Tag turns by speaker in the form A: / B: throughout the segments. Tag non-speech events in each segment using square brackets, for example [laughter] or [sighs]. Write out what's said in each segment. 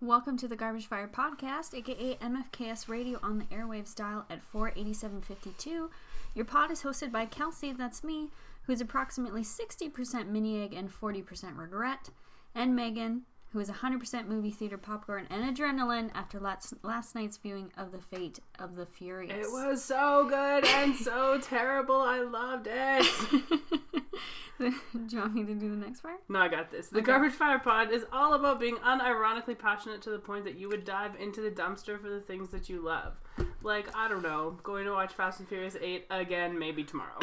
A: welcome to the Garbage Fire Podcast, aka MFKS Radio on the airwaves dial at 48752. Your pod is hosted by Kelsey, that's me, who's approximately 60% mini egg and 40% regret, and Megan, who is 100% movie theater popcorn and adrenaline after last, last night's viewing of The Fate of the Furious. [laughs]
B: It was so good and [laughs] so terrible. I loved it.
A: do you want me to do the next part?
B: [laughs] No, I got this. The Garbage Fire Pod is all about being unironically passionate to the point that you would dive into the dumpster for the things that you love. Like, I don't know, going to watch Fast and Furious 8 again maybe [laughs] tomorrow.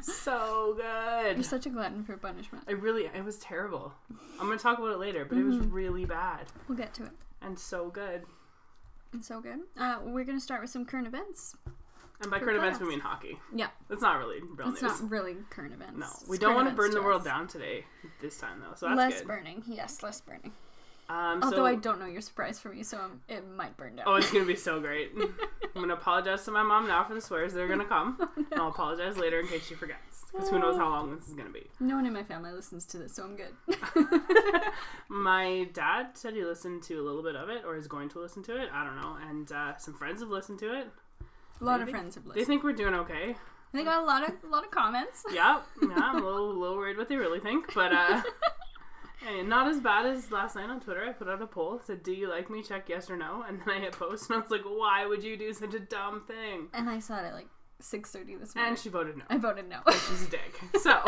B: so
A: You're
B: good.
A: such a glutton for punishment.
B: I really, it was terrible. I'm going to talk about it later, but it was really bad
A: We'll get to it.
B: and so good.
A: It's so good. Uh, we're going to start with some current events.
B: And by
A: For
B: current events, we
A: class.
B: mean hockey.
A: Yeah,
B: That's not really real
A: it's
B: news.
A: not really current events.
B: no,
A: It's
B: we don't
A: current
B: want to
A: events
B: burn the
A: us.
B: world down today, this time though, so that's
A: less
B: good.
A: burning, yes, less burning.
B: Um,
A: Although
B: so-
A: I don't know your surprise for me, so um, it might burn down.
B: Oh, it's gonna be so great. I'm gonna apologize to my mom now for the swears that are gonna [laughs] come. And I'll apologize later in case she forgets. Because who knows how long this is gonna be.
A: no one in my family listens to this, so I'm good. [laughs]
B: My dad said he listened to a little bit of it or is going to listen to it. I don't know. And uh, some friends have listened to it.
A: a lot of
B: Maybe.
A: friends have
B: They
A: listened.
B: think we're doing okay.
A: They got a lot of a lot of comments.
B: Yep. Yeah, I'm a little, little worried what they really think. But uh, [laughs] hey, not as bad as last night on Twitter. I put out a poll. Said, Do you like me? Check yes or no. And then I hit post and I was like, Why would you do such a dumb thing?
A: And I saw it at like 6:30 this morning.
B: And she voted no.
A: I voted no. [laughs]
B: She's a dick. [laughs] So.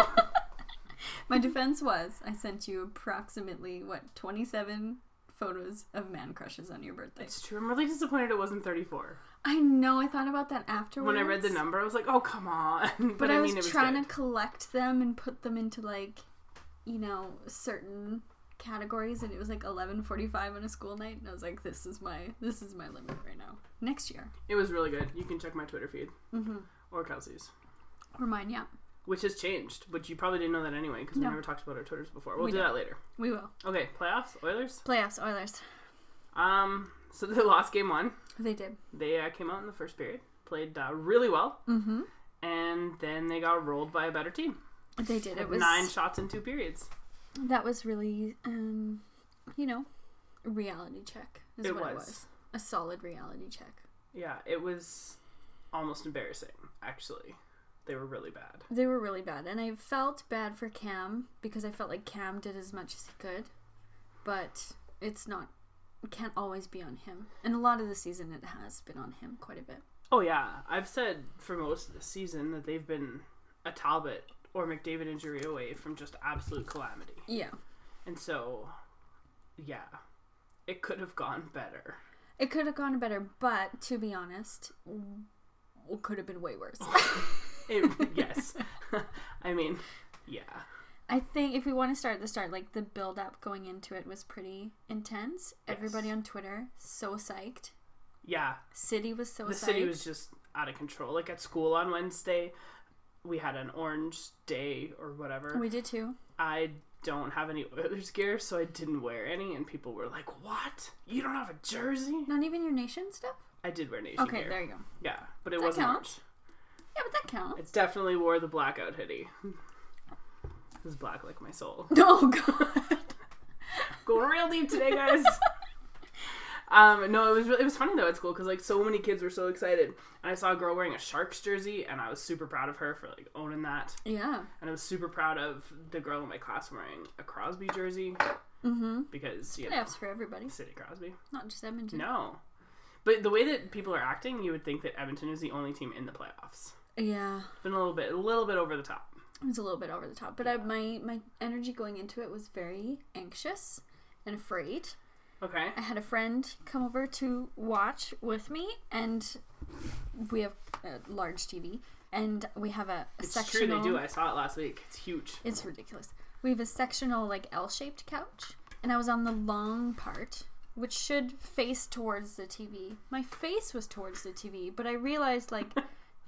A: my defense was I sent you approximately what 27 photos of man crushes on your birthday.
B: It's true. I'm really disappointed it wasn't 34.
A: I know. I thought about that afterwards.
B: When I read the number, I was like, oh, come on. [laughs] But,
A: but I, was
B: mean, it was
A: trying
B: good.
A: to collect them and put them into like, you know, certain categories, and it was like eleven forty-five on a school night, and I was like, "This is my this is my limit right now." Next year,
B: It was really good. You can check my Twitter feed. Or Kelsey's.
A: or mine, yeah,
B: Which has changed, but you probably didn't know that anyway because we
A: No.
B: never talked about our Twitters before. We'll
A: We
B: do
A: don't.
B: that later.
A: we will
B: Okay, playoffs, Oilers.
A: playoffs Oilers.
B: Um, so [laughs] they lost game one.
A: They did.
B: They uh, came out in the first period, played uh, really well,
A: Mm-hmm.
B: and then they got rolled by a better team.
A: They did. It was
B: nine shots in two periods.
A: That was really, um, you know, a reality check is
B: It
A: what
B: was.
A: it was. A solid reality check.
B: Yeah, it was almost embarrassing. Actually, they were really bad.
A: They were really bad, and I felt bad for Cam because I felt like Cam did as much as he could, but it's not it can't always be on him. And a lot of the season, it has been on him quite a bit.
B: Oh yeah, I've said for most of the season that they've been a Talbot or McDavid injury away from just absolute calamity,
A: Yeah,
B: and so yeah, it could have gone better.
A: it could have gone better, but to be honest, it could have been way worse.
B: It,
A: [laughs]
B: yes, [laughs] I mean, yeah,
A: I think if we want to start at the start, like the build up going into it was pretty intense. Everybody on Twitter so psyched.
B: yeah.
A: City was so
B: The
A: psyched.
B: city was just out of control. Like at school on Wednesday, we had an orange day or whatever.
A: we did too.
B: I don't have any Oilers gear, so I didn't wear any, and people were like, "What? You don't have a jersey?"
A: Not even your nation stuff.
B: I did wear nation
A: Okay,
B: gear.
A: there you go.
B: Yeah, but it
A: That
B: wasn't
A: counts.
B: orange.
A: Yeah, but that counts.
B: It's definitely wore the blackout hoodie. It's black like my soul.
A: [laughs] Oh god.
B: Going real deep today,
A: [laughs]
B: guys. um, no, it was really, it was funny though at school because like so many kids were so excited, and I saw a girl wearing a Sharks jersey, and I was super proud of her for like owning that,
A: Yeah.
B: and I was super proud of the girl in my class wearing a Crosby jersey
A: Mm-hmm.
B: because you know
A: Playoffs for everybody,
B: City Crosby.
A: not just Edmonton.
B: No, but the way that people are acting, you would think that Edmonton is the only team in the playoffs.
A: Yeah,
B: Been a little bit, a little bit over the top.
A: it was a little bit over the top, but I, my my energy going into it was very anxious and afraid.
B: Okay.
A: I had a friend come over to watch with me, and we have a large TV, and we have a, a
B: It's
A: sectional.
B: true they do. I saw it last week. It's huge.
A: It's ridiculous. We have a sectional like L-shaped couch, and I was on the long part, which should face towards the TV. My face was towards the TV, but I realized
B: [laughs]
A: like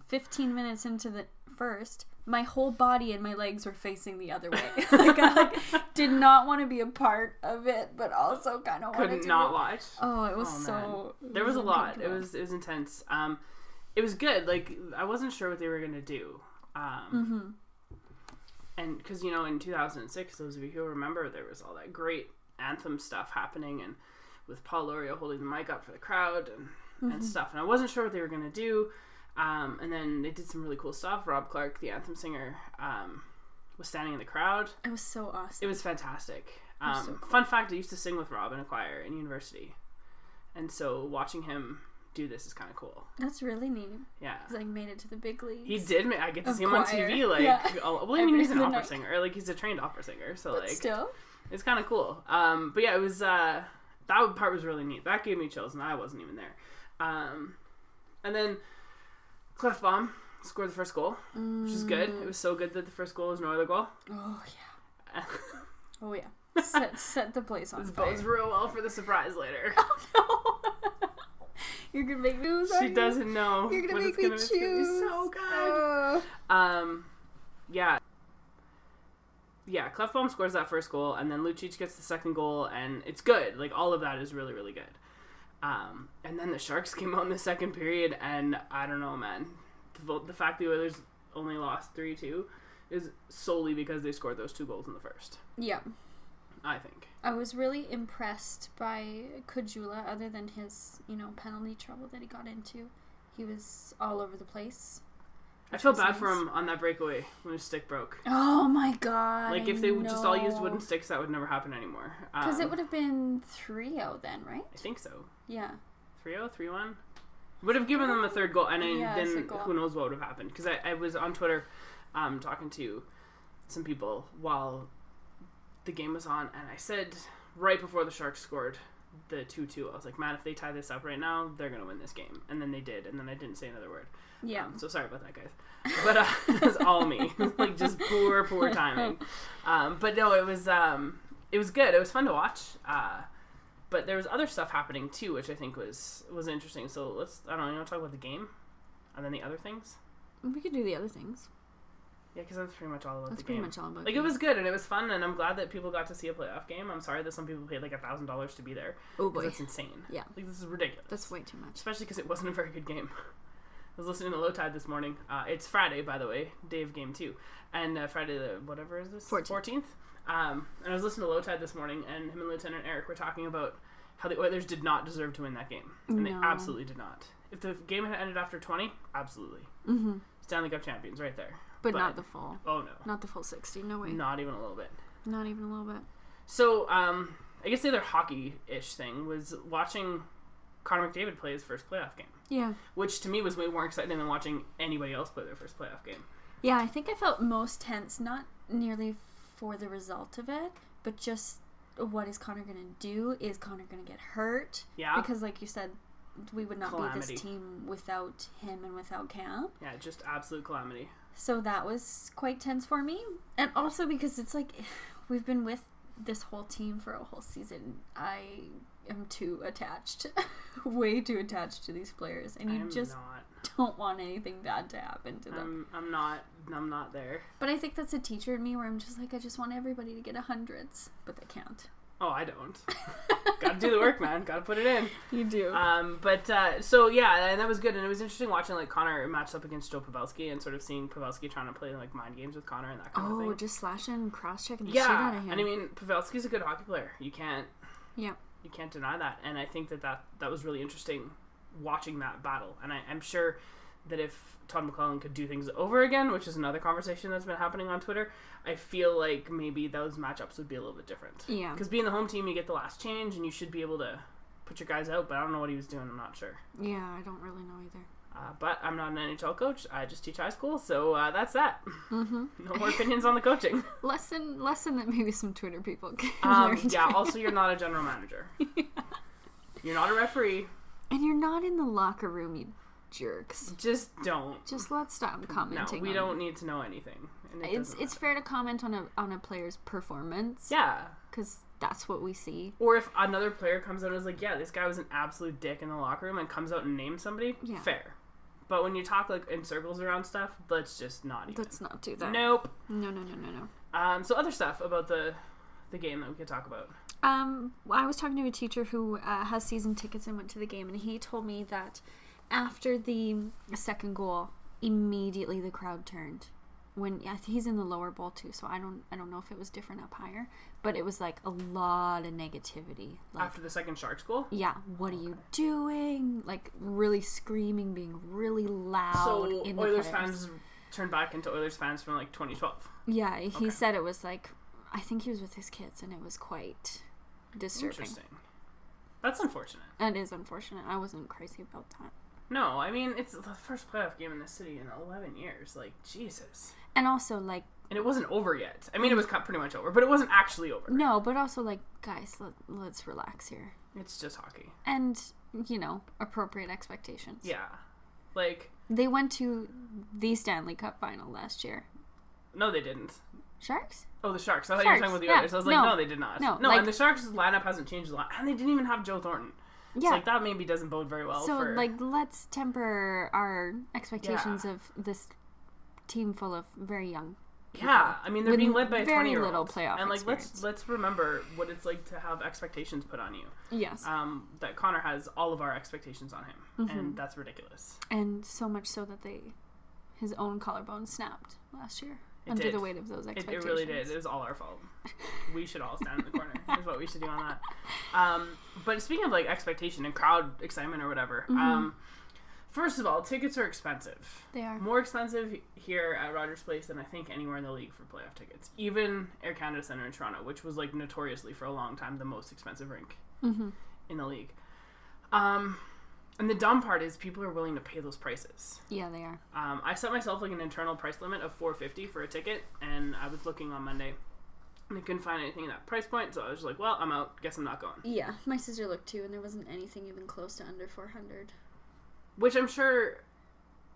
A: 15 minutes into the first, my whole body and my legs were facing the other
B: [laughs]
A: way. like I like, did not want to be a part of it, but also kind of wanted
B: Could
A: to.
B: not
A: be-
B: watch.
A: Oh, it was
B: Oh,
A: so.
B: man. There was a lot. It
A: uncomfortable.
B: was it was intense. Um, it was good. Like I wasn't sure what they were gonna do. Um,
A: Mm-hmm.
B: and because you know in 2006, those of you who remember, there was all that great anthem stuff happening, and with Paul Lorio holding the mic up for the crowd and,
A: Mm-hmm.
B: and stuff. And I wasn't sure what they were going to do. Um, and then they did some really cool stuff. Rob Clark, the anthem singer, um, was standing in the crowd.
A: It was so
B: It
A: awesome.
B: was fantastic. Um,
A: That's so cool.
B: Fun fact: I used to sing with Rob in a choir in university, and so watching him do this is kind of cool.
A: That's really neat.
B: Yeah,
A: He's like made it to the big leagues.
B: he did. ma- I get to
A: Of
B: see him on
A: choir.
B: TV. Like,
A: Yeah.
B: all,
A: [laughs]
B: well, I mean,
A: Every
B: he's an
A: other
B: opera
A: night.
B: singer. Like, he's a trained opera singer. So,
A: But
B: like,
A: still,
B: it's kind of cool. Um, but yeah, it was uh, that part was really neat. That gave me chills, and I wasn't even there. Um, and then Cliff Bomb scored the first goal, which is good.
A: Mm.
B: It was so good that the first goal was no other goal. [laughs]
A: oh yeah, oh [laughs] yeah, set set the place on
B: this
A: fire.
B: bodes real well for the surprise later.
A: [laughs] You're gonna make me.
B: she doesn't know.
A: You're gonna
B: what
A: make
B: it's
A: me
B: it's
A: choose.
B: be so good.
A: Oh.
B: Um, yeah. Yeah, Clefbaum scores that first goal, and then Lucic gets the second goal, and it's good. Like, all of that is really, really good. Um, and then the Sharks [laughs] came out in the second period, and I don't know, man. The, the fact the Oilers only lost 3 2 is solely because they scored those two goals in the first,
A: yeah.
B: I think.
A: I was really impressed by Kujula, other than his, you know, penalty trouble that he got into. He was all over the place.
B: I feel
A: was
B: bad for
A: nice.
B: him on that breakaway when his stick broke.
A: Oh my god.
B: Like,
A: I
B: if they would just all used
A: know.
B: wooden sticks, that would never happen anymore.
A: Because it
B: Um,
A: would have been 3 0 then, right?
B: I think so.
A: Yeah.
B: 3 0, 3 1. Would have given them a third goal, and I,
A: Yeah, it's a
B: then
A: goal.
B: who knows what would have happened. Because I, I was on Twitter um, talking to some people while the game was on, and I said right before the Sharks scored the 2 2, I was like, man, if they tie this up right now, they're going to win this game. And then they did, and then I didn't say another word.
A: Yeah.
B: Um, so sorry about that, guys. But uh, [laughs] it was all me, like just poor, poor timing. Um, but no, it was um, it was good. It was fun to watch. Uh, but there was other stuff happening too, which I think was was interesting. So let's I don't know, you want to talk about the game, and then the other things.
A: We could do the other things.
B: Yeah, because that's pretty much all about
A: That's
B: the
A: pretty
B: game.
A: much all about
B: like it was good and it was fun, and I'm glad that people got to see a playoff game. I'm sorry that some people paid like a thousand dollars to be there.
A: Oh
B: 'cause
A: boy.
B: that's insane.
A: Yeah.
B: like this is ridiculous.
A: That's way too much.
B: especially because it wasn't a very good game. I was listening to Low Tide this morning. Uh, it's Friday, by the way, day of game two, and uh, Friday the whatever is this
A: 14th.
B: Um, and I was listening to Low Tide this morning, and him and Lieutenant Eric were talking about how the Oilers did not deserve to win that game, and they
A: No.
B: absolutely did not. If the game had ended after twenty, absolutely
A: Mm-hmm.
B: Stanley Cup champions right there.
A: But,
B: But-
A: not the full.
B: Oh no,
A: Not the full 60. No way.
B: not even a little bit.
A: Not even a little bit.
B: So, um, I guess the other hockey-ish thing was watching Connor McDavid play his first playoff game.
A: Yeah.
B: which to me was way more exciting than watching anybody else play their first playoff game.
A: Yeah, I think I felt most tense, not nearly for the result of it, but just what is Connor going to do? Is Connor going to get hurt?
B: Yeah,
A: Because, like you said, we would not be
B: Ah. Calamity.
A: this team without him and without Cam.
B: yeah, just absolute calamity.
A: So that was quite tense for me. And also because it's like [sighs] we've been with this whole team for a whole season. I am too attached, [laughs] way too attached to these players. And you
B: I'm
A: just
B: not.
A: don't want anything bad to happen to them.
B: I'm, I'm not. I'm not there.
A: But I think that's a teacher in me where I'm just like, I just want everybody to get a hundreds, but they can't.
B: Oh, I don't.
A: [laughs]
B: Gotta do the work, man. Gotta put it in.
A: You do.
B: Um, but uh, so yeah, and that was good, and it was interesting watching like Connor matched up against Joe Pavelski and sort of seeing Pavelski trying to play like mind games with Connor and that kind of
A: oh,
B: thing.
A: just slashing, cross checking the shit out
B: yeah,
A: of him.
B: and I mean Pavelski's a good hockey player. You can't
A: yeah.
B: you can't deny that and i think that that, that was really interesting watching that battle and I, i'm sure that if todd mcclellan could do things over again which is another conversation that's been happening on twitter i feel like maybe those matchups would be a little bit different
A: Yeah.
B: because being the home team you get the last change and you should be able to put your guys out but i don't know what he was doing i'm not sure
A: Yeah, I don't really know either.
B: uh, but i'm not an nhl coach i just teach high school so uh, that's that
A: Mm-hmm.
B: [laughs] no more opinions on
A: [laughs]
B: the coaching
A: Lesson, lesson that maybe some Twitter people can [laughs]
B: um,
A: learn.
B: yeah also you're not a
A: [laughs]
B: general manager you're not a referee
A: And you're not in the locker room, you jerks.
B: just don't
A: Just let's stop
B: Mm. No,
A: commenting.
B: we
A: on-
B: don't need to know anything. and it
A: It's
B: doesn't
A: it's fair to comment on a on a player's performance
B: matter. yeah.
A: because that's what we see.
B: Or if another player comes out and is like, "Yeah, this guy was an absolute dick in the locker room," and comes out and names somebody,
A: Yeah.
B: fair. But when you talk like in circles around stuff, let's just not even.
A: Let's not do that.
B: Nope.
A: no, no, no, no, no.
B: Um, so other stuff about the the game that we could talk about.
A: Um, well, I was talking to a teacher who uh, has season tickets and went to the game, and he told me that after the second goal, immediately the crowd turned, when yeah, he's in the lower bowl too, so I don't I don't know if it was different up higher, but it was like a lot of negativity. Like,
B: After the second shark school?
A: yeah, what are you doing? Like really screaming, being really loud.
B: So
A: in the
B: Oilers
A: players.
B: fans turned back into Oilers fans from like 2012.
A: Yeah, he
B: Okay.
A: said it was like, I think he was with his kids, and it was quite disturbing.
B: Interesting. That's unfortunate.
A: That is unfortunate. I wasn't crazy about that.
B: No, I mean it's the first playoff game in this city in 11 years. Like Jesus,
A: And also, like,
B: and it wasn't over yet. I mean, it
A: Mm.
B: was cut pretty much over, but it wasn't actually over.
A: no, but also, like, guys, let, let's relax here.
B: It's just hockey.
A: And, you know, appropriate expectations.
B: Yeah, like
A: They went to the Stanley Cup final last year.
B: no, they didn't.
A: Sharks?
B: Oh, the Sharks. I
A: Sharks,
B: thought you were talking about the
A: yeah.
B: others. I was like,
A: No.
B: no, they did not.
A: No,
B: No,
A: like-
B: and the Sharks' lineup hasn't changed a lot, and they didn't even have Joe Thornton.
A: Yeah.
B: So, like that maybe doesn't bode very well.
A: so,
B: for...
A: like, let's temper our expectations of this team full of very young.
B: Yeah, I mean they're
A: with
B: being led by a
A: very
B: twenty year
A: little
B: old,
A: playoff
B: and like
A: experience.
B: let's let's remember what it's like to have expectations put on you.
A: Yes.
B: Um, that Connor has all of our expectations on him,
A: Mm-hmm.
B: and that's ridiculous.
A: and so much so that they his own collarbone snapped last year
B: It
A: under
B: did.
A: the weight of those
B: It,
A: expectations.
B: it really did. It was all our fault. we should all stand in the corner. Is what we should do on that. Um, but speaking of like expectation and crowd excitement or whatever, um, first of all, tickets are expensive.
A: They are.
B: More expensive here at Rogers Place than I think anywhere in the league for playoff tickets. Even Air Canada Centre in Toronto, which was like notoriously for a long time the most expensive rink
A: Mm-hmm.
B: in the league. Um, and the dumb part is people are willing to pay those prices.
A: Yeah, they are.
B: Um, I set myself like an internal price limit of 450 for a ticket, and I was looking on Monday. And I couldn't find anything at that price point, so I was just like, "Well, I'm out. Guess I'm not going."
A: Yeah, my sister looked too, and there wasn't anything even close to under four hundred.
B: Which I'm sure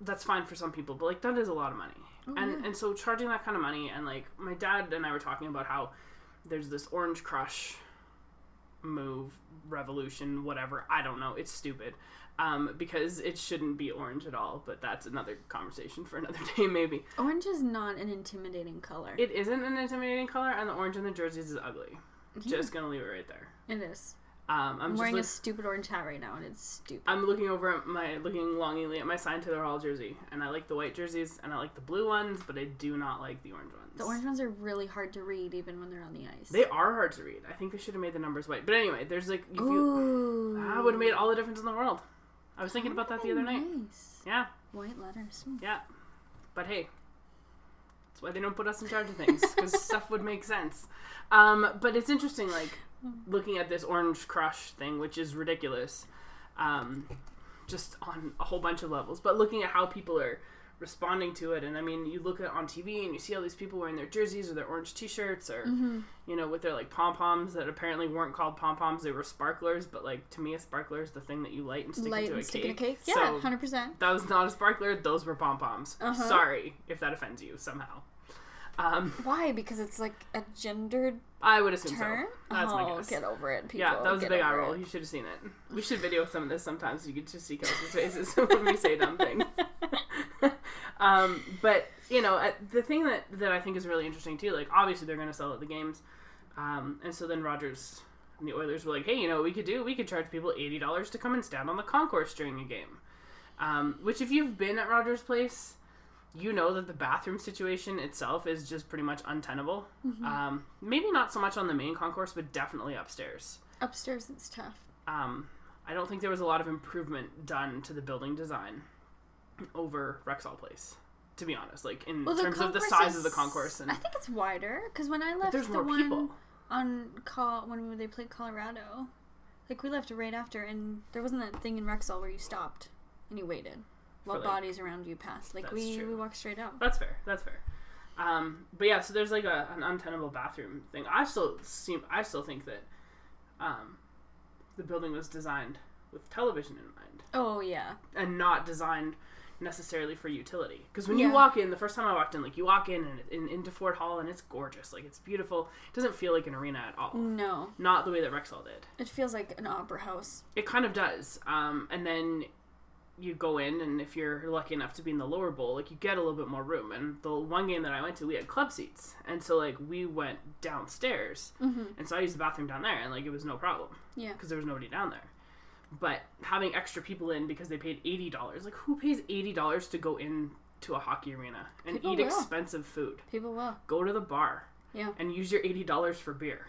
B: that's fine for some people, but like that is a lot of money. and and so charging that kind of money, and like my dad and I were talking about how there's this Orange Crush move, revolution, whatever. I don't know. It's stupid. Um, because it shouldn't be orange at all, but that's another conversation for another [laughs] day, maybe.
A: Orange is not an intimidating color.
B: It isn't an intimidating color, and the orange in the jerseys is ugly. Just gonna leave it right there.
A: it is.
B: Um, I'm
A: I'm
B: just
A: wearing
B: look-
A: a stupid orange hat right now, and it's stupid.
B: I'm looking over at my looking longingly at my sign to the Hall jersey, and I like the white jerseys and I like the blue ones, but I do not like the orange ones.
A: the orange ones are really hard to read, even when they're on the ice.
B: They are hard to read. I think they should have made the numbers white. But anyway, there's like if you,
A: Ooh,
B: I would have made all the difference in the world. I was thinking about that the other night.
A: Nice
B: Yeah,
A: white letters.
B: yeah. But hey, that's why they don't put us in charge of things
A: [laughs]
B: because stuff would make sense. Um, but it's interesting, like looking at this orange crush thing, which is ridiculous, um, just on a whole bunch of levels. But looking at how people are responding to it, and I mean, you look at on TV and you see all these people wearing their jerseys or their orange T-shirts or
A: Mm-hmm.
B: you know with their like pom poms that apparently weren't called pom poms; they were sparklers. But like to me, a sparkler is the thing that you light and stick
A: Light
B: into
A: and
B: a
A: stick
B: cake.
A: in a cake.
B: So
A: Yeah, hundred percent.
B: that was not a sparkler; those were pom poms.
A: Uh-huh.
B: Sorry if that offends you somehow. Um,
A: Why? Because it's like a gendered
B: I would assume
A: turn.
B: so. That's my
A: Oh,
B: guess.
A: get over it, people.
B: Yeah, that was a
A: Get
B: big eye
A: over
B: roll.
A: it.
B: You should have seen it. We should video some of this sometimes. so You could just see Kelsey's faces [laughs] when we say
A: [laughs]
B: dumb things. um, but you know, uh, the thing that that I think is really interesting too. Like, obviously they're going to sell at the games, um, and so then Rogers and the Oilers were like, "Hey, you know, what we could do. We could charge people eighty dollars to come and stand on the concourse during a game." Um, which, if you've been at Rogers Place, you know that the bathroom situation itself is just pretty much untenable.
A: Mm-hmm.
B: Um, maybe not so much on the main concourse, but definitely upstairs
A: Upstairs, it's tough.
B: um, I don't think there was a lot of improvement done to the building design over Rexall Place, to be honest. Like in terms of the
A: concourse
B: size of the
A: is-
B: concourse, and
A: I think it's wider because when I left
B: there's
A: the
B: more
A: one
B: people.
A: on call when we, they played Colorado, like we left right after, and there wasn't that thing in Rexall where you stopped and you waited while
B: like-
A: bodies around you passed. Like
B: That's
A: we
B: true.
A: we walked straight out.
B: That's fair. That's fair. Um, but yeah, so there's like a, an untenable bathroom thing. I still seem. I still think that um, the building was designed with television in mind
A: Oh yeah,
B: and not designed necessarily for utility because when
A: Yeah.
B: you walk in the first time i walked in like you walk in and in, into ford hall and it's gorgeous like it's beautiful it doesn't feel like an arena at all
A: no,
B: not the way that Rexall did.
A: it feels like an opera house.
B: It kind of does. Um, and then you go in, and if you're lucky enough to be in the lower bowl, like you get a little bit more room. And the one game that I went to, we had club seats, and so like we went downstairs, and so I used the bathroom down there, and like it was no problem
A: Yeah,
B: because there was nobody down there. But having extra people in because they paid eighty dollars, like who pays eighty dollars to go in to a hockey arena and
A: People
B: eat
A: will.
B: expensive food.
A: People will.
B: Go to the bar
A: Yeah.
B: and use your eighty dollars for beer.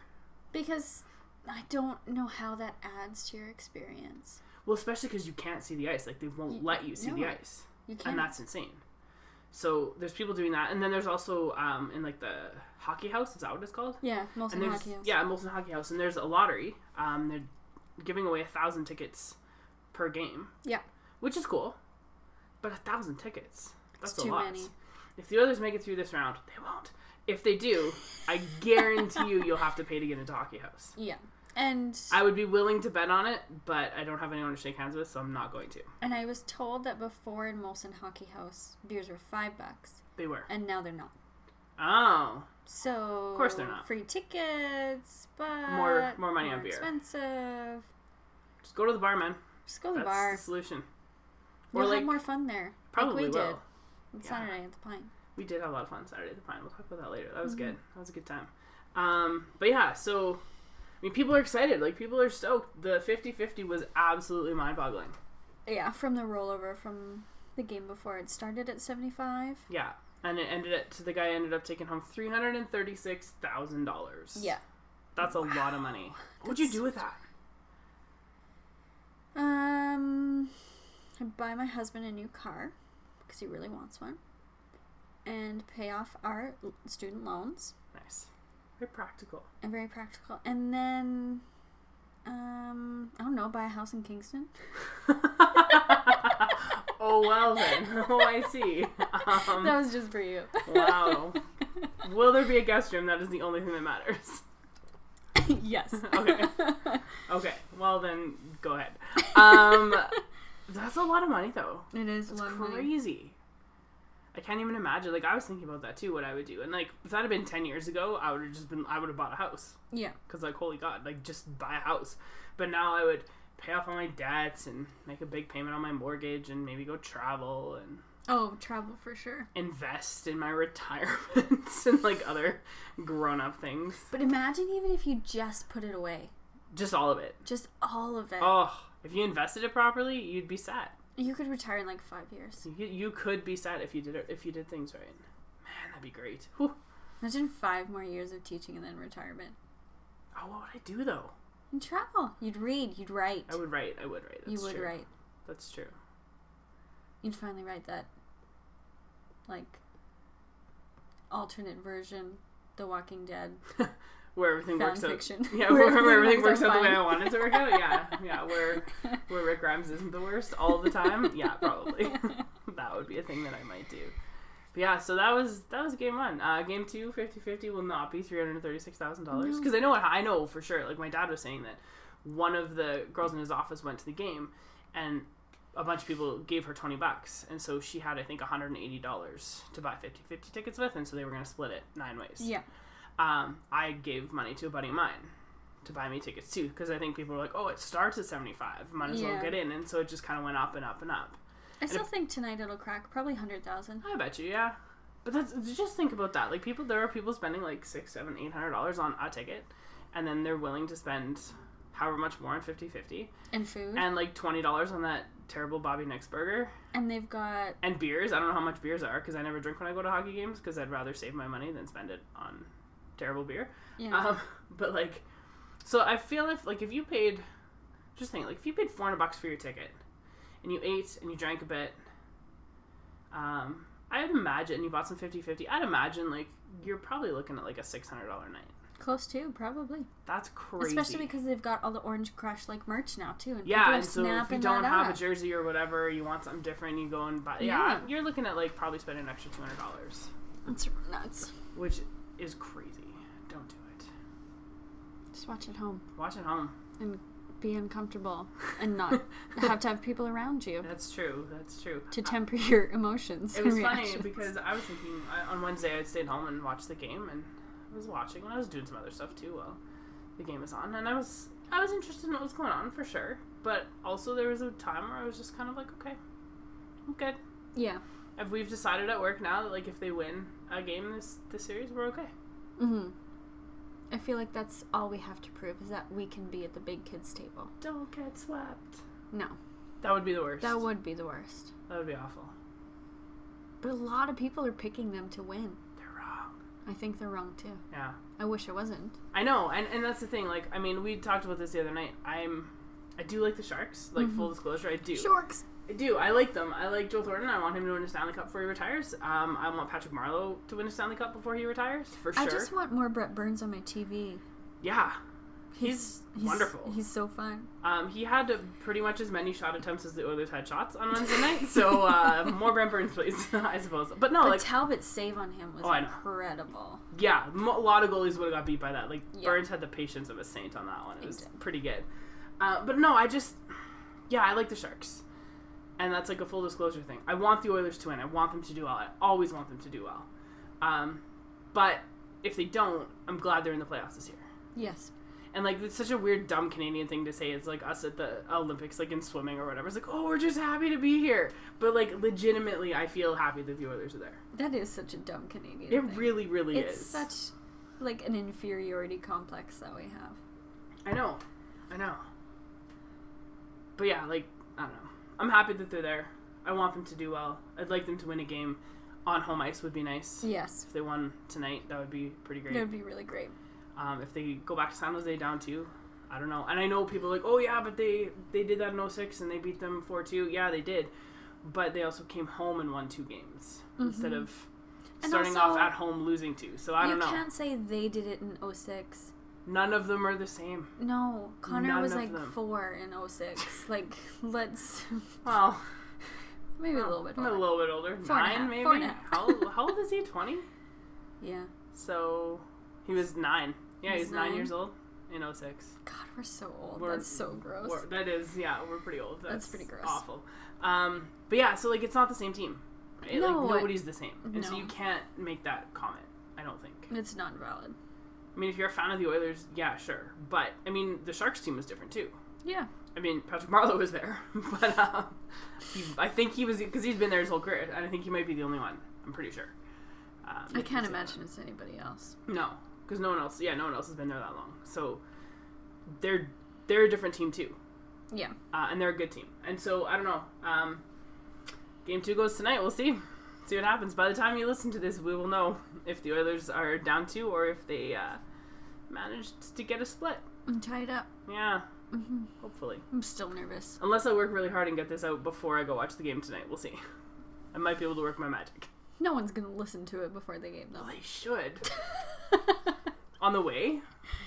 A: Because I don't know how that adds to your experience.
B: Well, especially because you can't see the ice. Like they won't
A: You-
B: let you see
A: no.
B: the ice,
A: You can't.
B: and that's insane. So there's people doing that, and then there's also um, in like the hockey house. Is that what it's called?
A: yeah, most
B: and
A: of
B: there's
A: hockey house.
B: yeah, Molson Hockey House, and there's a lottery. Um, they're giving away a thousand tickets per game.
A: Yeah.
B: which is cool, but a thousand tickets—that's a
A: too
B: lot.
A: many.
B: If the others make it through this round, they won't. If they do, I guarantee you, you'll have to pay to get into Hockey House.
A: Yeah. And
B: I would be willing to bet on it, but I don't have anyone to shake hands with, so I'm not going to.
A: and I was told that before in Molson Hockey House beers were five bucks,
B: They were.
A: and now they're not.
B: Oh,
A: So of
B: course they're not.
A: free tickets, but
B: More- more money on beer.
A: Expensive.
B: just go to the bar, man.
A: Just go to the
B: That's
A: bar.
B: the solution.
A: We'll
B: Or
A: have
B: like
A: more fun there.
B: probably
A: like we
B: will.
A: did on
B: Yeah.
A: Saturday at the Pine.
B: We did have a lot of fun Saturday at the Pine. We'll talk about that later. That
A: Mm-hmm.
B: was good. That was a good time. Um, but yeah, so I mean, people are excited. Like people are stoked. The 50-50 was absolutely mind-boggling.
A: Yeah, from the rollover from the game before it started at seventy five.
B: Yeah, and it ended up. So the guy ended up taking home three hundred and thirty-six thousand dollars.
A: Yeah.
B: that's a lot of money. What would you do with that?
A: Um, I'd buy my husband a new car because he really wants one, and pay off our l- student loans.
B: Nice. Very practical. [laughs]
A: And very practical. And then, um, I don't know, buy a house in Kingston.
B: oh well then. [laughs] Oh, I see.
A: [laughs]
B: Um,
A: that was just for you.
B: wow. Will there be a guest room? That is the only thing that matters.
A: [laughs]
B: [laughs]
A: yes.
B: Okay. Okay. Well then, go ahead. Um, that's a lot of money though.
A: It is
B: It's
A: lovely.
B: crazy. I can't even imagine. Like I was thinking about that too. What I would do, and like if that had been ten years ago, I would have just been. I would have bought a house
A: Yeah.
B: because like holy god, like just buy a house. But now I would pay off all my debts and make a big payment on my mortgage and maybe go travel and
A: Oh, travel for sure.
B: invest in my [laughs] retirements and like other grown up things.
A: But imagine even if you just put it away,
B: Just all of it.
A: just all of it.
B: Oh, if you invested it properly, you'd be set.
A: You could retire in like five years.
B: You, you could be set if you did it, if you did things right. Man, that'd be great. Whew.
A: Imagine five more years of teaching and then retirement.
B: Oh, what would I do though?
A: And travel. You'd read. You'd write.
B: I would write. I would write. That's
A: you would
B: true.
A: write.
B: That's true.
A: You'd finally write that, like, alternate version, The Walking Dead.
B: Where everything
A: Fan
B: works
A: fiction. [laughs]
B: out. [laughs] Yeah,
A: Where
B: where, where everything
A: everything
B: works
A: works
B: out
A: out
B: the way
A: fine.
B: I want it to work out. Yeah, yeah. [laughs] Where where Rick Grimes isn't the worst all the time. Yeah, [laughs] probably. that would be a thing that I might do. But yeah, so that was that was game one. Uh, game two, 50-50 will not be three hundred thirty six thousand dollars because I know what I know for sure. Like my dad was saying that one of the girls in his office went to the game, and a bunch of people gave her twenty bucks, and so she had I think one hundred and eighty dollars to buy 50-50 tickets with, and so they were going to split it nine ways
A: Yeah.
B: um, I gave money to a buddy of mine to buy me tickets too because I think people were like, oh, it starts at 75, might as
A: Yeah.
B: well get in. And so it just kind of went up and up and up.
A: I still think tonight it'll crack. Probably 100,000.
B: I bet you, yeah. But that's just think about that. Like people, there are people spending like six, seven, eight hundred dollars on a ticket, and then they're willing to spend however much more on 50-50
A: And food.
B: and like twenty dollars on that terrible Bobby Next burger
A: And they've got.
B: and beers. I don't know how much beers are because I never drink when I go to hockey games because I'd rather save my money than spend it on terrible beer.
A: You know,
B: Um, [laughs] but like, so I feel if like if you paid, just think like if you paid four hundred bucks for your ticket, and you ate and you drank a bit, um, I'd imagine and you bought some 50-50, I'd imagine like you're probably looking at like a six hundred dollar night.
A: close to, probably.
B: That's crazy.
A: Especially because they've got all the Orange Crush, like, merch now, too. And people
B: yeah,
A: are
B: and so if you
A: snapping
B: don't
A: that
B: have
A: up.
B: a jersey or whatever, you want something different, you go and buy. Yeah,
A: Yeah.
B: you're looking at like probably spending an extra two hundred dollars,
A: It's nuts.
B: which is crazy. Don't do it.
A: Just watch at home.
B: Watch at home.
A: Be uncomfortable and not
B: [laughs]
A: have to have people around you
B: That's true. That's true.
A: to temper your emotions.
B: It
A: and
B: was funny
A: reactions.
B: because I was thinking I, on Wednesday I'd stayed home and watched the game, and I was watching and I was doing some other stuff too while the game was on, and I was I was interested in what was going on for sure, but also there was a time where I was just kind of like, okay, I'm good.
A: Yeah.
B: If we've decided at work now that like if they win a game this this series, we're okay.
A: hmm I feel like that's all we have to prove is that we can be at the big kids' table.
B: Don't get swept.
A: No,
B: That would be the worst.
A: that would be the worst.
B: that would be awful.
A: But a lot of people are picking them to win.
B: They're wrong.
A: I think they're wrong too.
B: Yeah.
A: I wish I wasn't.
B: I know, and, and that's the thing. Like, I mean, we talked about this the other night. I'm, I do like the Sharks. Like full disclosure, I do.
A: Sharks.
B: I do. I like them. I like Joe Thornton. I want him to win a Stanley Cup before he retires. Um, I want Patrick Marlowe to win a Stanley Cup before he retires, for sure.
A: I just want more Brett Burns on my TV.
B: yeah, he's, wonderful.
A: He's so fun.
B: um, he had pretty much as many shot attempts as the Oilers had shots on Wednesday night. So uh, more Brent Burns, please, [laughs] I suppose. But no,
A: But
B: Oh, like
A: Talbot's save on him was
B: Oh, I know.
A: incredible.
B: Yeah, m- a lot of goalies would have got beat by that. Like
A: Yeah.
B: Burns had the patience of a saint on that one. It was
A: did.
B: pretty good. Uh, but no, I just yeah, I like the Sharks, and that's like a full disclosure thing. I want the Oilers to win. I want them to do well. I always want them to do well. Um, but if they don't, I'm glad they're in the playoffs this year.
A: Yes.
B: And like it's such a weird, dumb Canadian thing to say. It's like us at the Olympics, like in swimming or whatever. It's like, oh, we're just happy to be here. But like, legitimately, I feel happy that the Oilers are there.
A: That is such a dumb Canadian
B: It
A: thing.
B: really, really
A: it's
B: is.
A: such like an inferiority complex that we have.
B: I know, I know. But yeah, like I don't know. I'm happy that they're there. I want them to do well. I'd like them to win a game on home ice would be nice.
A: Yes.
B: If they won tonight, that would be pretty
A: That
B: great.
A: would be really great.
B: Um, if they go back to San Jose down two, I don't know. And I know people are like, oh yeah, but they they did that in 06 and they beat them four two. Yeah, they did. But they also came home and won two games instead of
A: Mm-hmm. And
B: starting
A: also-
B: off at home losing two. So I
A: you
B: don't know.
A: can't say they did it in 06.
B: None of them are the same.
A: No, Connor
B: None
A: was
B: of
A: like
B: them.
A: four in
B: [laughs]
A: 06. like, let's
B: Well.
A: maybe a little bit.
B: I'm a
A: older.
B: little bit older.
A: Four and a
B: nine,
A: half,
B: maybe.
A: four and a half.
B: how, how old is he? Twenty.
A: Yeah.
B: So he was nine. Yeah, he
A: He's
B: was nine,
A: nine.
B: years old in 6
A: God, we're so old.
B: We're-
A: That's so gross.
B: We're, that is, yeah, we're pretty old. That's,
A: That's pretty gross.
B: Awful. Um, but yeah, so like it's not the same team. Right?
A: No,
B: like
A: I-
B: nobody's the same, and so
A: no.
B: you can't make that comment. I don't think.
A: It's not valid.
B: I mean, if you're a fan of the Oilers, yeah, sure. But I mean, the Sharks team was different too.
A: Yeah.
B: I mean, Patrick Marlowe was there, [laughs] but um, he, I think he was because he's been there his whole career, and I think he might be the only one. I'm pretty sure. Um,
A: I can't
B: so-
A: imagine it's anybody else.
B: No, because no one else. Yeah, no one else has been there that long. So they're they're a different team too,
A: Yeah.
B: uh, and they're a good team. And so I don't know. Um, game two goes tonight. We'll see. See what happens. By the time you listen to this, we will know if the Oilers are down two or if they uh, managed to get a split.
A: I'm tied Mm, up. Mm-hmm.
B: Yeah, hopefully.
A: I'm still nervous.
B: Unless I work really hard and get this out before I go watch the game tonight, we'll see. I might be able to work my magic.
A: No one's going to listen to it before the game,
B: Well,
A: though. [laughs]
B: Oh, they should. On the way,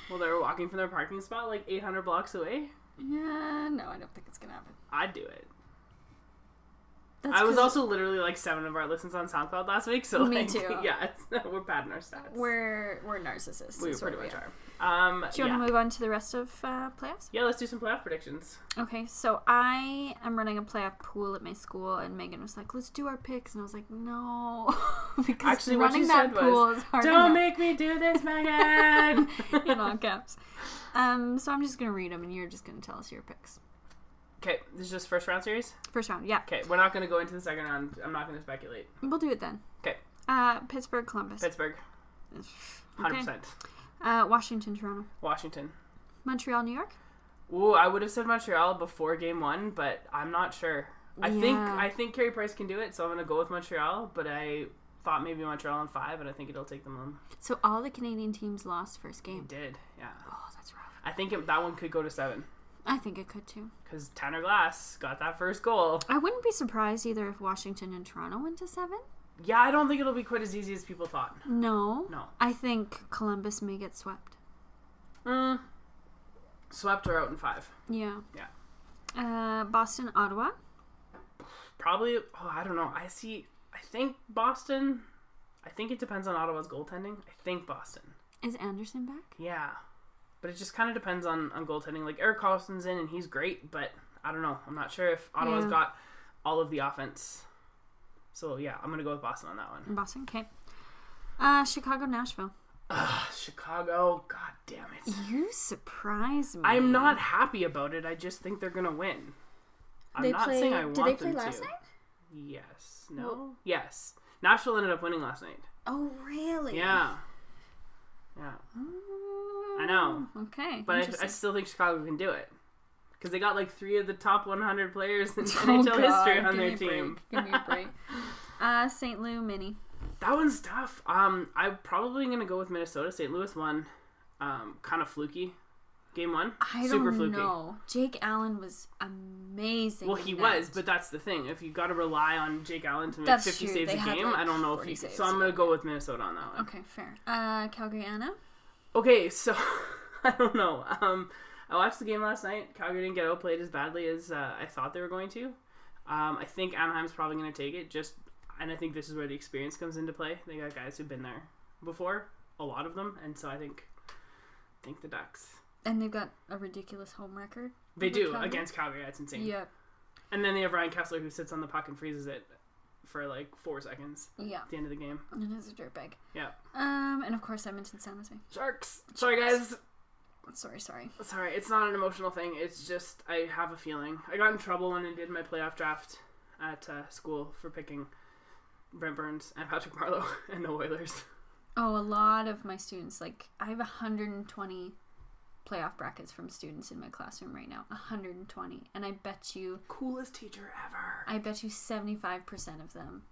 B: while they were walking from their parking spot, like 800 blocks away,
A: yeah, no, I don't think it's going to happen.
B: I'd do it.
A: That's
B: I was
A: 'cause
B: also literally like seven of our listens on SoundCloud last week, so
A: Me
B: like,
A: too.
B: [laughs] yeah, it's, we're padding our stats.
A: We're, we're narcissists.
B: we
A: is what
B: pretty much
A: are.
B: are. Um,
A: Do you
B: yeah.
A: want to move on to the rest of uh, playoffs?
B: yeah, let's do some playoff predictions.
A: Okay, so I am running a playoff pool at my school, and Megan was like, "Let's do our picks," and I was like, "No," [laughs] because
B: Actually, what she
A: running that
B: said was,
A: pool is hard.
B: Don't
A: enough.
B: make me do
A: [laughs]
B: this, Megan!
A: in all caps. Um, so I'm just gonna read them, and you're just gonna tell us your picks.
B: okay, this is just first round series?
A: First round, yeah,
B: Okay, we're not going to go into the second round. I'm not going to speculate.
A: we'll do it then.
B: 'Kay.
A: Uh, Pittsburgh, Columbus.
B: Pittsburgh,
A: Okay.
B: 100%.
A: Uh, Washington, Toronto,
B: Washington.
A: Montreal, New York.
B: Ooh, I would have said Montreal before game one, but I'm not sure. I think
A: Yeah.
B: I think Carey Price can do it, so I'm gonna go with Montreal. But I thought maybe Montreal in five, and I think it'll take them home.
A: So all the Canadian teams lost first
B: He
A: game.
B: did, yeah.
A: Oh, that's rough.
B: I think it, that one could go to seven
A: I think it could too.
B: because Tanner Glass got that first goal.
A: I wouldn't be surprised either if Washington and Toronto went to seven.
B: Yeah, I don't think it'll be quite as easy as people thought.
A: No,
B: No,
A: I think Columbus may get swept.
B: mm. swept or out in five.
A: Yeah.
B: Yeah.
A: Uh, Boston, Ottawa.
B: Probably. Oh, I don't know. I see. I think Boston. I think it depends on Ottawa's goaltending. I think Boston.
A: Is Anderson back?
B: Yeah, but it just kind of depends on on goaltending. Like Eric Carlson's in and he's great, but I don't know. I'm not sure if Ottawa's
A: Yeah.
B: got all of the offense. So yeah, I'm gonna go with Boston on that one.
A: Boston, okay. Uh, Chicago, Nashville.
B: Ugh, [sighs] Chicago, god damn it!
A: You surprise me.
B: I'm not happy about it. I just think they're gonna win. I'm
A: They
B: not
A: play-
B: saying I
A: did
B: want
A: they play
B: them
A: last
B: to.
A: night?
B: Yes. No.
A: Well-
B: yes. Nashville ended up winning last night.
A: Oh, really?
B: Yeah. Yeah. I know.
A: Oh. Okay.
B: But I, I
A: interesting.
B: still think Chicago can do it because they got like three of the top 100 players
A: [laughs]
B: in
A: Oh,
B: NHL
A: God,
B: history on
A: give
B: their
A: me a
B: team. [laughs]
A: Break. Give me a break. Uh, St. Lou Mini.
B: That one's tough. Um, I'm probably gonna go with Minnesota. St. Louis won, um, kind of fluky. Game one,
A: I don't
B: super fluky.
A: know. Jake Allen was amazing.
B: Well,
A: in
B: he
A: that.
B: was, but that's the thing. If you got to rely on Jake Allen to make
A: That's
B: 50
A: true.
B: saves
A: They
B: a
A: had,
B: game,
A: like,
B: I don't know if
A: 40
B: he.
A: saves,
B: So I'm gonna go with Minnesota on that one.
A: Okay, fair. Uh, Calgary Anna.
B: Okay, so [laughs] I don't know. Um, I watched the game last night. Calgary didn't get outplayed as badly as uh, I thought they were going to. Um, I think Anaheim's probably going to take it. Just, and I think this is where the experience comes into play. They got guys who've been there before, a lot of them, and so I think, I think the Ducks.
A: And they've got a ridiculous home record.
B: They
A: Over
B: do
A: Calgary?
B: against Calgary. That's insane.
A: Yep.
B: And then they have Ryan Kessler who sits on the puck and freezes it for like four seconds
A: Yeah.
B: at the end of the game.
A: And it's a dirtbag.
B: Yeah.
A: Um, and of course Edmonton Sound was me.
B: Sharks. Sorry, guys.
A: Sorry, sorry.
B: Sorry, it's not an emotional thing. It's just I have a feeling. I got in trouble when I did my playoff draft at uh, school for picking Brent Burns and [laughs] Patrick Marlowe and the Oilers.
A: Oh, a lot of my students, like, I have 120 playoff brackets from students in my classroom right now. 120. And I bet you,
B: Coolest teacher ever.
A: I bet you 75% of them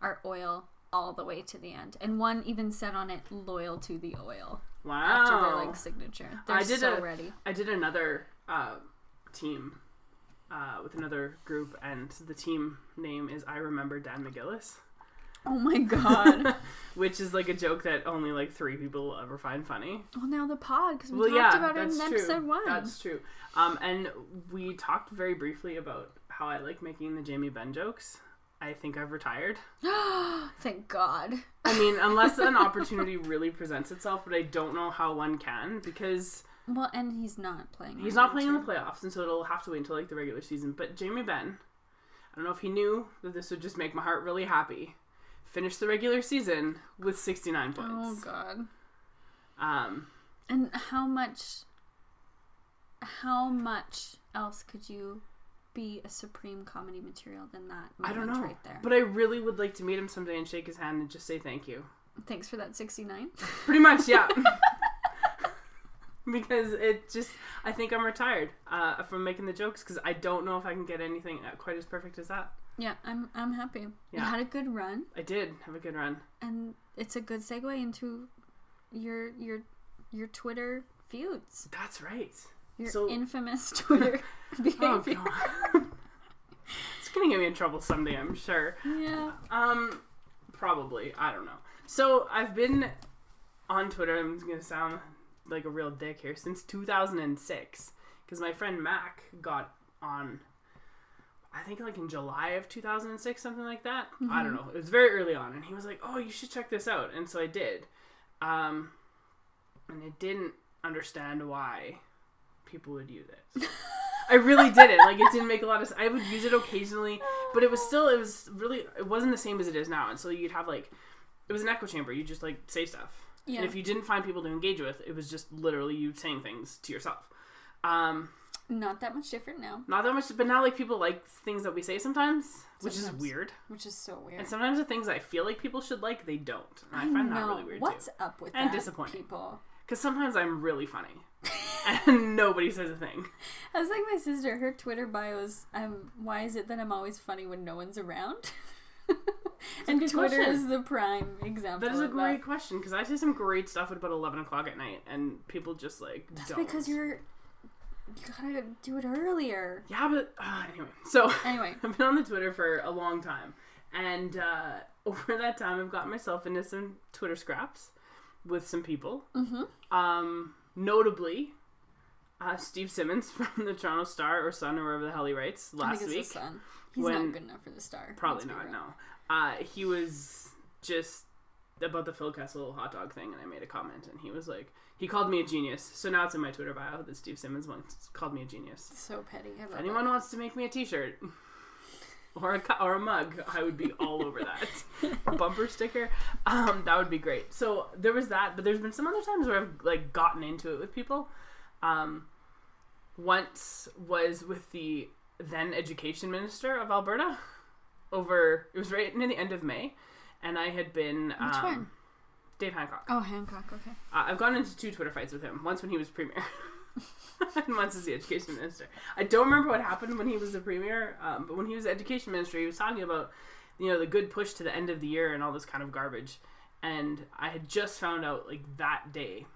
A: are oil all the way to the end. And one even said on it, loyal to the oil after their,
B: Wow.
A: like, signature. They're
B: I did
A: so
B: a- [laughs]
A: ready.
B: I did another uh, team uh, with another group, and the team name is I Remember Dan McGillis,
A: Oh my god.
B: [laughs] which is like a joke that only like three people will ever find funny.
A: well, now the pod, because we
B: well,
A: talked
B: yeah,
A: about it
B: that's
A: in
B: true.
A: episode one.
B: That's true. Um, and we talked very briefly about how I like making the Jamie Ben jokes. I think I've retired.
A: Thank God.
B: I
A: [laughs]
B: mean, unless an opportunity really presents itself, but I don't know how one can because
A: Well, and he's not playing.
B: he's
A: right
B: not
A: now,
B: playing in the
A: too.
B: playoffs, and so it'll have to wait until like the regular season. But Jamie Ben, I don't know if he knew that this would just make my heart really happy. Finished the regular season with 69
A: Oh
B: points.
A: God.
B: Um,
A: And how much how much else could you be a supreme comedy material than that?
B: I don't
A: moment
B: know,
A: Right there.
B: but I really would like to meet him someday and shake his hand and just say thank you.
A: Thanks for that 69.
B: Pretty much, yeah. [laughs] because it just, I think I'm retired uh, from making the jokes because I don't know if I can get anything uh, quite as perfect as that.
A: yeah, I'm I'm happy. You
B: Yeah.
A: had a good run
B: I did have a good run.
A: and it's a good segue into your your your Twitter feuds.
B: That's right.
A: Your
B: So-
A: infamous
B: [laughs]
A: Twitter
B: Oh,
A: behavior.
B: God. [laughs] it's going to get me in trouble someday, I'm sure.
A: yeah.
B: Um, probably. I don't know. So I've been on Twitter. I'm going to sound like a real dick here since 2006 because my friend Mac got on. I think like in July of 2006, something like that. I don't know. It was very early on, and he was like, "Oh, you should check this out," and so I did. Um, and I didn't understand why people would use it. I really didn't. Like it didn't make a lot of sense. I would use it occasionally, but it was still it was really it wasn't the same as it is now. And so you'd have like it was an echo chamber. You just like say stuff.
A: Yeah.
B: And if you didn't find people to engage with, it was just literally you saying things to yourself. Um,
A: Not that much different now,
B: not that much, but now like people like things that we say sometimes, which is
A: Sometimes.
B: weird.
A: which is so weird.
B: And sometimes the things I feel like people should like, they don't. And I, find that really weird
A: What's
B: too.
A: up with
B: And
A: that,
B: disappointing.
A: people?
B: Because sometimes I'm really funny, [laughs] and nobody says a thing.
A: I was like my sister. Her Twitter bio is, um, "Why is it that I'm always funny when no one's around?" and
B: good
A: Twitter
B: question.
A: is the prime example.
B: That is a
A: of
B: great question because I say some great stuff at about eleven o'clock at night, and people just like
A: That's
B: don't.
A: because you're you gotta do it earlier.
B: yeah, but uh, anyway. So [laughs]
A: Anyway,
B: I've been on the Twitter for a long time, and uh, [laughs] over that time, I've gotten myself into some Twitter scraps with some people.
A: Mhm.
B: Um, notably, uh, Steve Simmons [laughs] from the Toronto Star or Sun or wherever the hell he writes
A: I think
B: last
A: it's the
B: week.
A: sun. He's
B: when-
A: not good enough for the star.
B: Probably
A: let's be
B: not.
A: real.
B: No, uh, he was just about the Phil Kessel hot dog thing, and I made a comment, and he was like, he called me a genius. So now it's in my Twitter bio that Steve Simmons once called me a genius.
A: So petty. I love
B: If anyone wants to make me a T-shirt [laughs] or a cu- or a mug, I would be all over that.
A: [laughs]
B: a bumper sticker, um, that would be great. So there was that, but there's been some other times where I've like gotten into it with people. Um, once was with the then education minister of Alberta. Over it was right near the end of May, and I had been
A: Which
B: um,
A: one?
B: Dave Hancock.
A: Oh, Hancock. Okay.
B: Uh, I've gotten into two Twitter fights with him. Once when he was premier, [laughs] and once as the education minister. I don't remember what happened when he was the premier, um, but when he was the education minister, he was talking about you know the good push to the end of the year and all this kind of garbage. And I had just found out like that day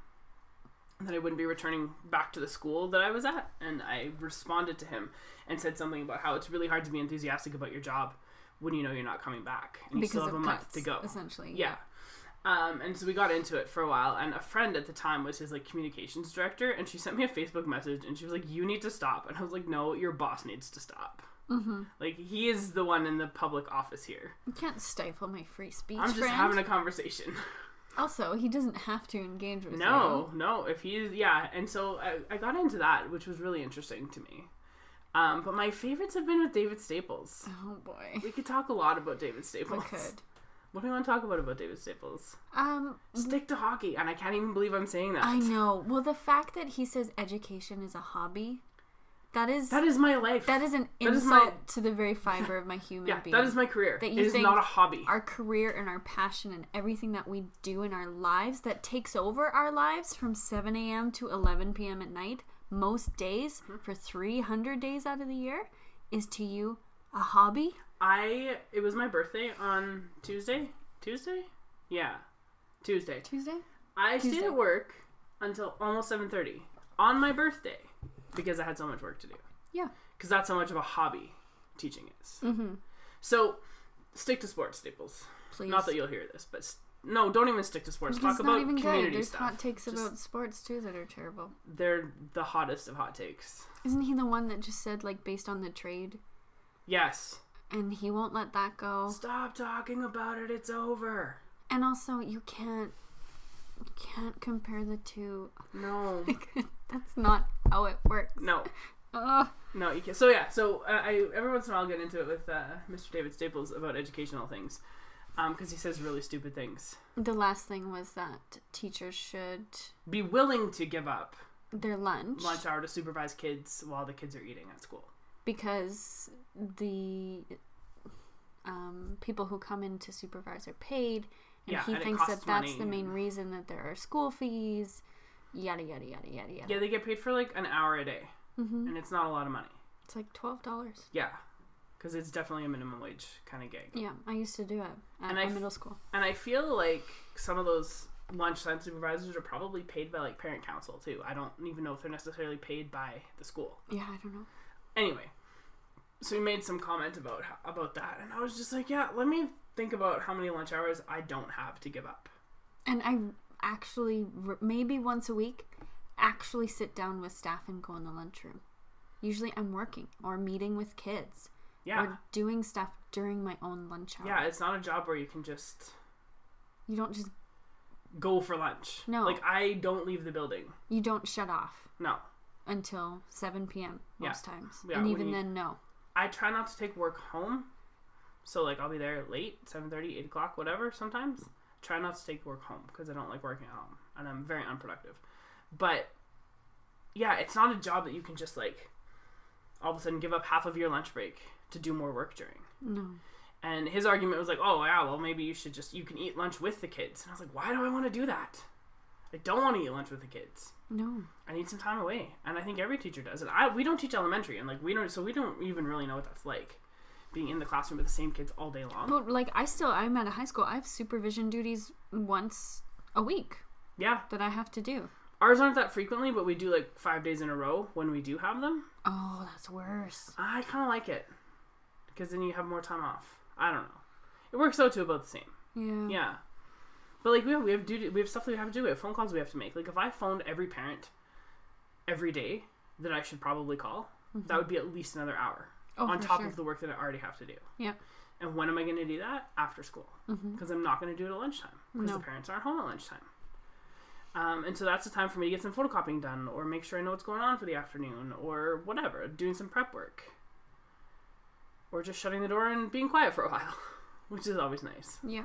B: that I wouldn't be returning back to the school that I was at, and I responded to him and said something about how it's really hard to be enthusiastic about your job when you know you're not coming back and you
A: because
B: still
A: of
B: have a month
A: cuts,
B: to go.
A: essentially.
B: Yeah. Um, and so we got into it for a while, and a friend at the time was his like communications director, and she sent me a Facebook message, and she was like, "You need to stop," and I was like, "No, your boss needs to stop.
A: Mm-hmm.
B: Like he is the one in the public office here.
A: You can't stifle my free speech,
B: I'm just
A: friend.
B: having a conversation." [laughs]
A: Also, he doesn't have to engage with
B: No, no. If he's yeah, and so I, I got into that, which was really interesting to me. Um, but my favorites have been with David Staples.
A: you. Oh
B: [laughs]
A: boy.
B: We could talk a lot about David
A: We
B: Staples.
A: could.
B: What do you want to talk about about David Staples?
A: Um,
B: Stick to hockey, and I can't even believe I'm saying that.
A: I know. Well, the fact that he says education is a hobby, that is
B: That is my life.
A: that is an
B: that is
A: insult
B: my-
A: to the very fiber of my human
B: yeah,
A: being.
B: that is my career.
A: That
B: It
A: you
B: is
A: think
B: not a hobby.
A: our career and our passion and everything that we do in our lives that takes over our lives from 7 a.m. to 11 p.m. at night, most days for 300 days out of the year, is to you a hobby.
B: I it was my birthday on Tuesday. Tuesday? Yeah. Tuesday.
A: Tuesday?
B: I stayed
A: Tuesday.
B: at work until almost 7:30 on my birthday because I had so much work to do.
A: Yeah.
B: because that's how much of a hobby teaching is. Mm-hmm. So stick to sports staples.
A: Please.
B: Not that you'll hear this, but s no, don't even stick to sports.
A: Because
B: Talk about community
A: There's
B: stuff.
A: hot takes
B: Just-
A: about sports too that are terrible.
B: They're the hottest of hot takes.
A: Isn't he the one that just said like based on the trade,
B: Yes.
A: and he won't let that go?
B: Stop talking about it. It's over.
A: And also, you can't you can't compare the two.
B: No.
A: That's not how it works.
B: no.
A: Ugh.
B: No, you can't. So yeah, so uh, I every once in a while I'll get into it with uh, Mr. David Staples about educational things, because he says really stupid things.
A: The last thing was that teachers should
B: Be willing to give up
A: their lunch,
B: lunch hour to supervise kids while the kids are eating at school.
A: because the um, people who come in to supervise are paid, and
B: Yeah,
A: he
B: and it
A: thinks that
B: costs
A: that's
B: money
A: the main
B: and-
A: reason that there are school fees. Yada yada yada yada yada.
B: Yeah, they get paid for like an hour a day,
A: Mm-hmm.
B: and it's not a lot of money.
A: It's like twelve dollars.
B: Yeah, because it's definitely a minimum wage kind of gig.
A: Yeah, I used to do it at
B: And
A: my
B: I f-
A: middle school.
B: And I feel like some of those lunchtime supervisors are probably paid by like parent council too. I don't even know if they're necessarily paid by the school.
A: Yeah, I don't know.
B: Anyway, so we made some comment about ho- about that, and I was just like, yeah, let me think about how many lunch hours I don't have to give up.
A: And I actually, r- maybe once a week, actually sit down with staff and go in the lunchroom. Usually I'm working or meeting with kids
B: Yeah,
A: or doing stuff during my own lunch hour.
B: yeah, it's not a job where you can just
A: You don't just,
B: go for lunch.
A: No.
B: like I don't leave the building.
A: you don't shut off
B: No,
A: until 7 p.m.
B: Yeah.
A: most times.
B: Yeah,
A: and
B: when
A: even
B: you-
A: then, no.
B: I try not to take work home. So like I'll be there late, 7:30, 8 o'clock, whatever. Sometimes try not to take work home because I don't like working at home and I'm very unproductive. But yeah, it's not a job that you can just like all of a sudden give up half of your lunch break to do more work during.
A: No.
B: And his argument was like, "Oh yeah, well maybe you should just you can eat lunch with the kids." And I was like, "Why do I want to do that? I don't want to eat lunch with the kids."
A: No.
B: I need some time away, and I think every teacher does. And I we don't teach elementary, and like we don't, so we don't even really know what that's like, being in the classroom with the same kids all day long.
A: But like, I still, I'm at a high school. I have supervision duties once a week
B: Yeah,
A: that I have to do.
B: ours aren't that frequently, but we do like five days in a row when we do have them.
A: Oh, that's worse.
B: I kind of like it, because then you have more time off. I don't know, it works out to about the same.
A: Yeah.
B: Yeah, but like we have we have duty, we have stuff that we have to do. We have phone calls we have to make. Like if I phoned every parent every day that I should probably call, that would be at least another hour
A: Mm-hmm. Oh,
B: on
A: for
B: top
A: sure.
B: of the work that I already have to do.
A: Yeah.
B: And when am I going to do that? After school. Because I'm not going to do it at lunchtime. Because
A: No.
B: the parents aren't home at lunchtime. Um, and so that's the time for me to get some photocopying done or make sure I know what's going on for the afternoon or whatever, doing some prep work. Or just shutting the door and being quiet for a while, [laughs] which is always nice.
A: Yeah.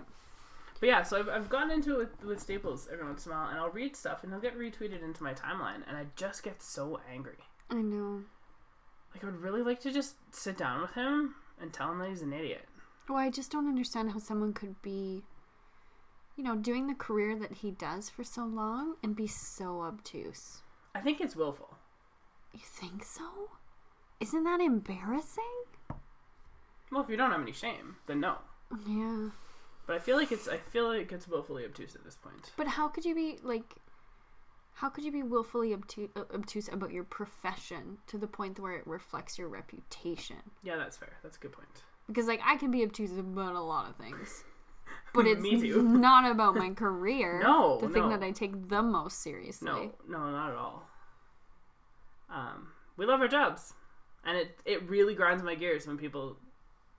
B: But yeah, so I've, I've gotten into it with, with Staples every once in a while, and I'll read stuff and they'll get retweeted into my timeline, and I just get so angry.
A: I know.
B: Like, I would really like to just sit down with him and tell him that he's an idiot.
A: Well, I just don't understand how someone could be, you know, doing the career that he does for so long and be so obtuse.
B: I think it's willful.
A: You think so? Isn't that embarrassing?
B: Well, if you don't have any shame, then no.
A: Yeah.
B: But I feel like it's I feel like it's willfully obtuse at this point.
A: But how could you be like? How could you be willfully obtuse, uh, obtuse about your profession to the point where it reflects your reputation?
B: Yeah, that's fair. That's a good point.
A: Because like I can be obtuse about a lot of things, [laughs] but it's
B: Me too.
A: not about my career.
B: No,
A: the thing
B: no.
A: that I take the most seriously.
B: No, no, not at all. Um, we love our jobs, and it it really grinds my gears when people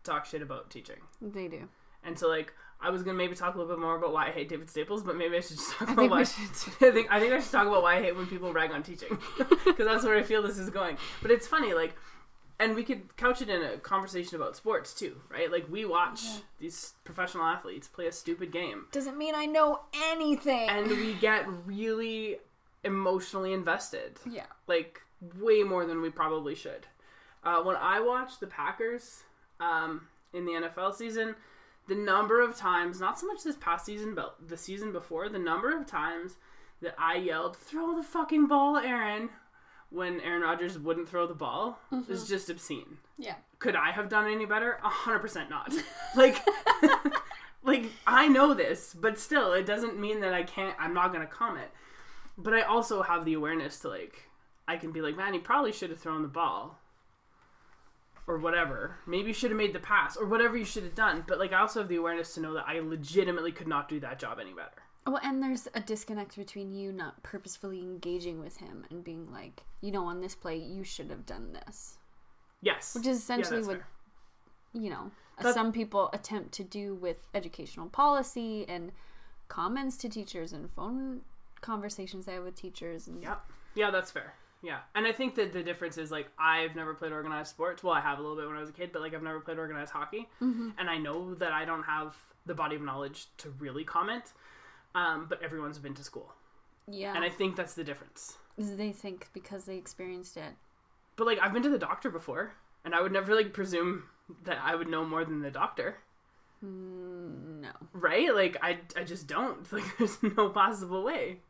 B: talk shit about teaching.
A: They do.
B: And so like I was gonna maybe talk a little bit more about why I hate David Staples, but maybe I should just talk
A: I
B: about
A: think
B: why.
A: we
B: [laughs]
A: should.
B: I think I think I should talk about why I hate when people rag on teaching [laughs] because that's where I feel this is going. But it's funny, like, and we could couch it in a conversation about sports too, right? Like we watch these professional athletes play a stupid game,
A: Doesn't mean I know anything.
B: and we get really emotionally invested,
A: yeah.
B: like way more than we probably should. Uh, when I watch the Packers um, in the NFL season, the number of times, not so much this past season, but the season before, the number of times that I yelled, throw the fucking ball, Aaron, when Aaron Rodgers wouldn't throw the ball is just obscene.
A: Mm-hmm. Yeah.
B: Could I have done any better? 100% not. [laughs] Like, like I know this, but still, it doesn't mean that I can't, I'm not going to comment. But I also have the awareness to, like, I can be like, man, he probably should have thrown the ball or whatever. Maybe you should have made the pass or whatever you should have done. But like, I also have the awareness to know that I legitimately could not do that job any better.
A: Well, and there's a disconnect between you not purposefully engaging with him and being like, you know, on this play, you should have done this.
B: Yes,
A: Which is essentially
B: that's
A: what,
B: fair.
A: you know,
B: That-
A: some people attempt to do with educational policy and comments to teachers and phone conversations I have with teachers. And
B: Yep. Yeah, that's fair. Yeah, and I think that the difference is like I've never played organized sports. Well, I have a little bit when I was a kid, but like I've never played organized hockey, and I know that I don't have the body of knowledge to really comment. Um, but everyone's been to school,
A: yeah.
B: and I think that's the difference.
A: they think because they experienced it.
B: But like I've been to the doctor before, and I would never like presume that I would know more than the doctor.
A: mm, No.
B: right like i, I just don't [laughs] like there's no possible way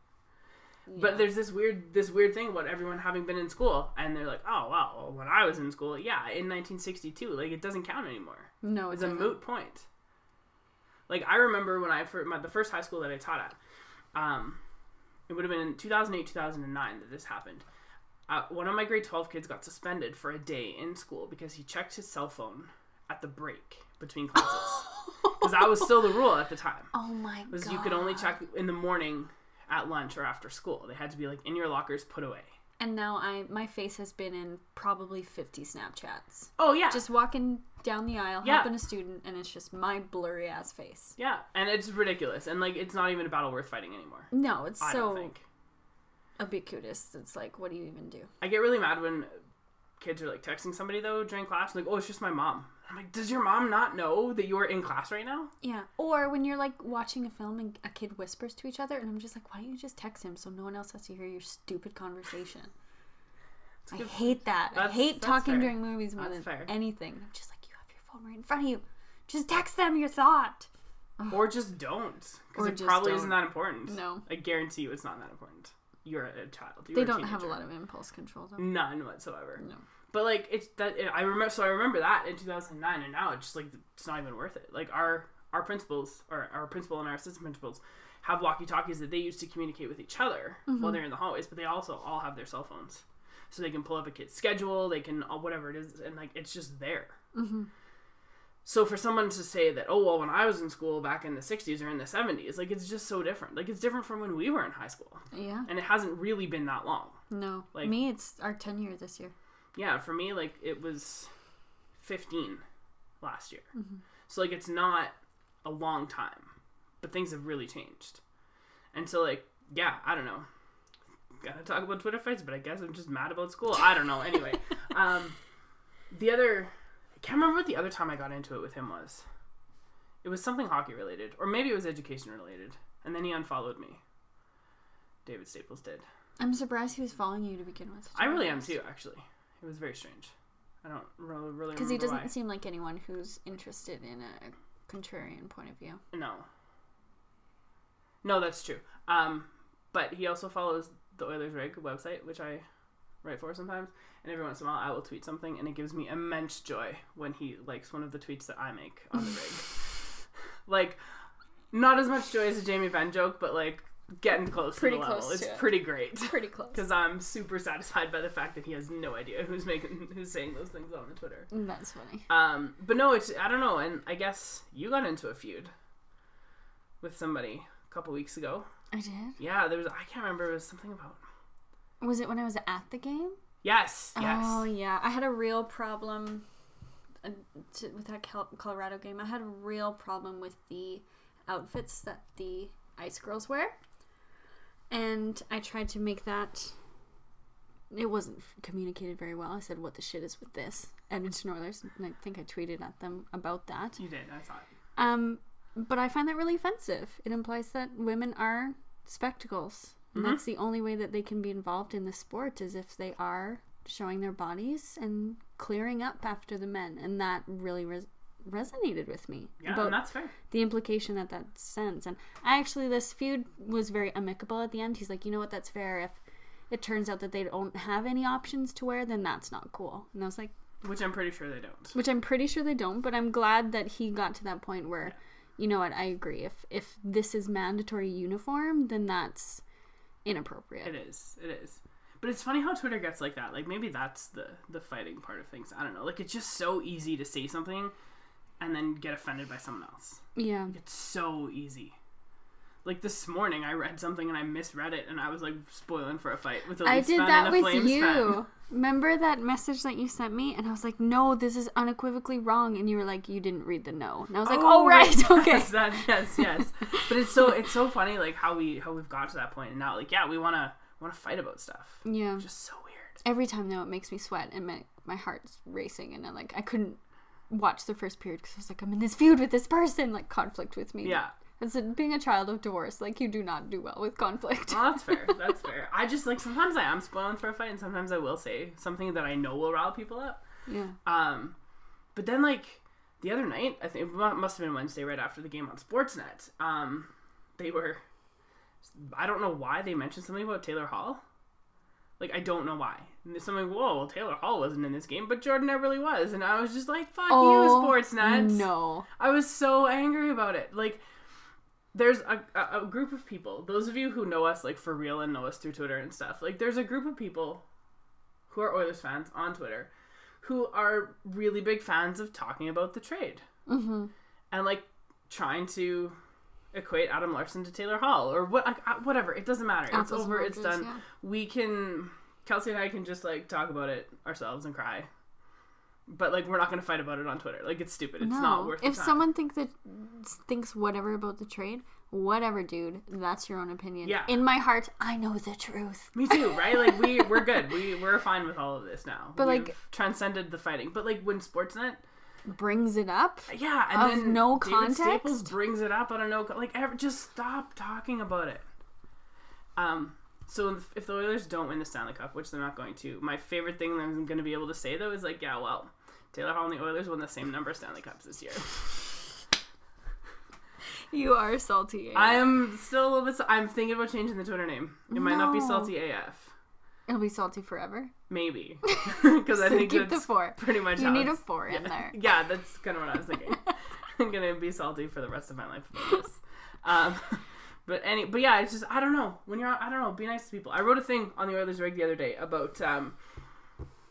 A: Yeah.
B: but there's this weird this weird thing about everyone having been in school and they're like oh wow well, when i was in school yeah in 1962 like it doesn't count anymore
A: No,
B: it's
A: it's
B: a
A: a
B: moot point like i remember when i for my, the first high school that i taught at um, it would have been in 2008 2009 that this happened uh, one of my grade 12 kids got suspended for a day in school because he checked his cell phone at the break between classes because that was still the rule at the time
A: Oh my
B: was
A: god.
B: you could only check in the morning at lunch or after school. They had to be like in your lockers, put away.
A: and now I my face has been in probably 50 Snapchats.
B: Oh yeah,
A: Just walking down the aisle,
B: Yeah.
A: helping a student, and it's just my blurry ass face.
B: yeah, and it's ridiculous, and like it's not even a battle worth fighting anymore.
A: No, it's
B: I don't
A: so
B: think.
A: ubiquitous. It's like, what do you even do?
B: I get really mad when kids are like texting somebody though during class, like, "Oh, it's just my mom." I'm like, "Does your mom not know that you are in class right now?"
A: Yeah. Or when you're like watching a film and a kid whispers to each other, and I'm just like, why don't you just text him so no one else has to hear your stupid conversation? I [sighs] hate that. I
B: That's-
A: hate
B: that's
A: talking
B: fair.
A: during movies more
B: That's
A: than
B: fair.
A: anything. I'm just like, you have your phone right in front of you. Just text them your thought.
B: Or just don't, because
A: Or
B: it
A: just
B: probably
A: don't.
B: isn't that important.
A: No.
B: I guarantee you, it's not that important. You're a child. You're
A: They
B: a
A: don't have a
B: teenager. Mm.
A: lot of impulse control though.
B: None whatsoever.
A: No.
B: But like it's that I remember. So I remember that in 2009, and now it's just like it's not even worth it. Like our our principals, or our principal and our assistant principals, have walkie talkies that they use to communicate with each other while they're in the hallways. But they also all have their cell phones, so they can pull up a kid's schedule. They can uh, whatever it is, and like it's just there. So for someone to say that, oh well, when I was in school back in the 60s or in the 70s, like it's just so different. Like it's different from when we were in high school,
A: Yeah.
B: and it hasn't really been that long
A: No.
B: Like-
A: Me, it's our 10 year this year.
B: yeah, for me, like it was 15 last year. So like it's not a long time, but things have really changed. And so like yeah, I don't know. Gotta talk about Twitter fights, but I guess I'm just mad about school. I don't know. Anyway, um, the other I can't remember what the other time I got into it with him was. It was something hockey related, or maybe it was education related. And then he unfollowed me. David Staples did.
A: I'm surprised he was following you to begin with.
B: I really am too, actually. It was very strange. I don't really, really
A: Because he
B: remember
A: doesn't
B: why.
A: seem like anyone who's interested in a contrarian point of view.
B: No. No, that's true. Um, but he also follows the Oilers Rig website, which I write for sometimes. And every once in a while, I will tweet something, and it gives me immense joy when he likes one of the tweets that I make on the rig.
A: [laughs]
B: Like, not as much joy as a Jamie Benn joke, but like getting close
A: Pretty
B: to the
A: close
B: level. It's
A: to it.
B: pretty
A: [laughs]
B: great.
A: Pretty close.
B: Because I'm super satisfied by the fact that he has no idea who's making, who's saying those things on the Twitter.
A: Mm, That's funny.
B: Um, but no, it's I don't know, and I guess you got into a feud with somebody a couple weeks ago.
A: I did.
B: Yeah, there was I can't remember. It was something about
A: Was it when I was at the game?
B: yes, yes.
A: Oh yeah, I had a real problem uh, to, with that Col- Colorado game. I had a real problem with the outfits that the Ice Girls wear, and I tried to make that. It wasn't f- communicated very well. I said, "What the shit is with this?" Edmonton Oilers, and I think I tweeted at them about that.
B: You did. I saw it.
A: Um, but I find that really offensive. It implies that women are spectacles. And
B: Mm-hmm.
A: That's the only way that they can be involved in the sport is if they are showing their bodies and clearing up after the men. And that really res- resonated with me
B: Yeah,
A: about
B: and that's fair.
A: the implication that that sends. And I actually, this feud was very amicable at the end. He's like, you know what, that's fair. If it turns out that they don't have any options to wear, then that's not cool. And I was like,
B: Which I'm pretty sure they don't.
A: which I'm pretty sure they don't, but I'm glad that he got to that point where, you know what, I agree. If if this is mandatory uniform, then that's
B: It
A: inappropriate.
B: is. It is. But it's funny how Twitter gets like that. Like maybe that's the the fighting part of things. I don't know. Like it's just so easy to say something and then get offended by someone else.
A: Yeah.
B: It's so easy. Like this morning, I read something and I misread it, and I was like spoiling for a fight with a
A: I
B: Leafs
A: did
B: fan
A: that
B: and a
A: with
B: Flames
A: you. Oh
B: fan.
A: Remember that message that you sent me? And I was like, no, this is unequivocally wrong. And you were like, you didn't read the no. And I was like, oh,
B: [laughs]
A: right, [laughs] okay.
B: Yes, that, yes, yes. but it's so it's so funny, like how we how we've got to that point, and now like yeah, we wanna wanna fight about stuff.
A: Yeah.
B: Just so weird.
A: Every time, though, it makes me sweat and my, my heart's racing. And I, like, I couldn't watch the first period because I was like, I'm in this feud with this person, like, conflict with me.
B: Yeah.
A: As a, being a child of divorce, like you do not do well with
B: [laughs]
A: conflict.
B: Well, that's fair. That's fair. I just like sometimes I am spoiling for a fight, and sometimes I will say something that I know will rile people up.
A: yeah.
B: Um, but then like the other night, I think it mu- must have been Wednesday, right after the game on Sportsnet. Um, they were, I don't know why they mentioned something about Taylor Hall. Like I don't know why. And there's something. Whoa, well, Taylor Hall wasn't in this game, but Jordan Everly was, and I was just like, "Fuck you, Sportsnet."
A: Oh, No.
B: I was so angry about it. Like, there's a, a, a group of people, those of you who know us, like, for real and know us through Twitter and stuff, like, there's a group of people who are Oilers fans on Twitter who are really big fans of talking about the trade
A: Mm-hmm.
B: and, like, trying to equate Adam Larson to Taylor Hall or what, like, uh, whatever. It doesn't matter. it's over. It's done. We can, Kelsey and I can just, like, talk about it ourselves and cry. But like we're not gonna fight about it on Twitter. Like it's stupid. It's
A: no.
B: not worth. the
A: if
B: time.
A: someone thinks that thinks whatever about the trade, whatever, dude. That's your own opinion.
B: Yeah.
A: In my heart, I know the truth.
B: Me too, right? Like we we're good. We we're fine with all of this now.
A: But,
B: We've
A: like-
B: transcended the fighting. But like when Sportsnet,
A: Brings it up.
B: yeah, and
A: Of
B: then
A: no
B: David Staples
A: context?
B: brings it up. I don't know, like ever, just stop talking about it. Um. So if, if the Oilers don't win the Stanley Cup, which they're not going to, my favorite thing that I'm going to be able to say though is like, yeah, well, Taylor Hall and the Oilers won the same number of Stanley Cups this year.
A: You are salty. AF.
B: I am still a little bit. I'm thinking about changing the Twitter name. It might not be
A: No.
B: salty AF.
A: It'll be salty forever. [laughs]
B: Maybe [laughs] because I
A: So
B: think
A: keep the
B: that's
A: four.
B: pretty much.
A: You
B: how
A: need a
B: it's-
A: four in there.
B: Yeah, that's kind of what I
A: [laughs]
B: was thinking. I'm gonna be salty for the rest of my life about this. Um, [laughs] but any, but yeah, it's just I don't know. When you're, out- I don't know. Be nice to people. I wrote a thing on the Oilers rig the other day about um,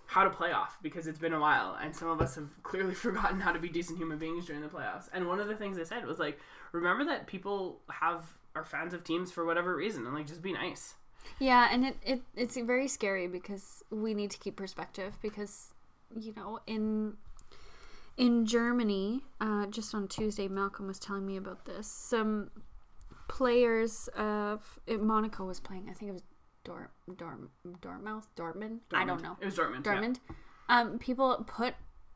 B: how to play off because it's been a while, and some of us have clearly [laughs] forgotten how to be decent human beings during the playoffs. And one of the things I said was like, remember that people have are fans of teams for whatever reason, and like just be nice.
A: Yeah, and it, it it's very scary because we need to keep perspective because you know in in Germany, uh, just on Tuesday, Malcolm was telling me about this. Some players of it, Monaco was playing. I think it was Dor Dorm Dortmouth Dortmund. I don't
B: Dortmund.
A: know
B: It was Dortmund. yeah.
A: Dortmund. Um, people put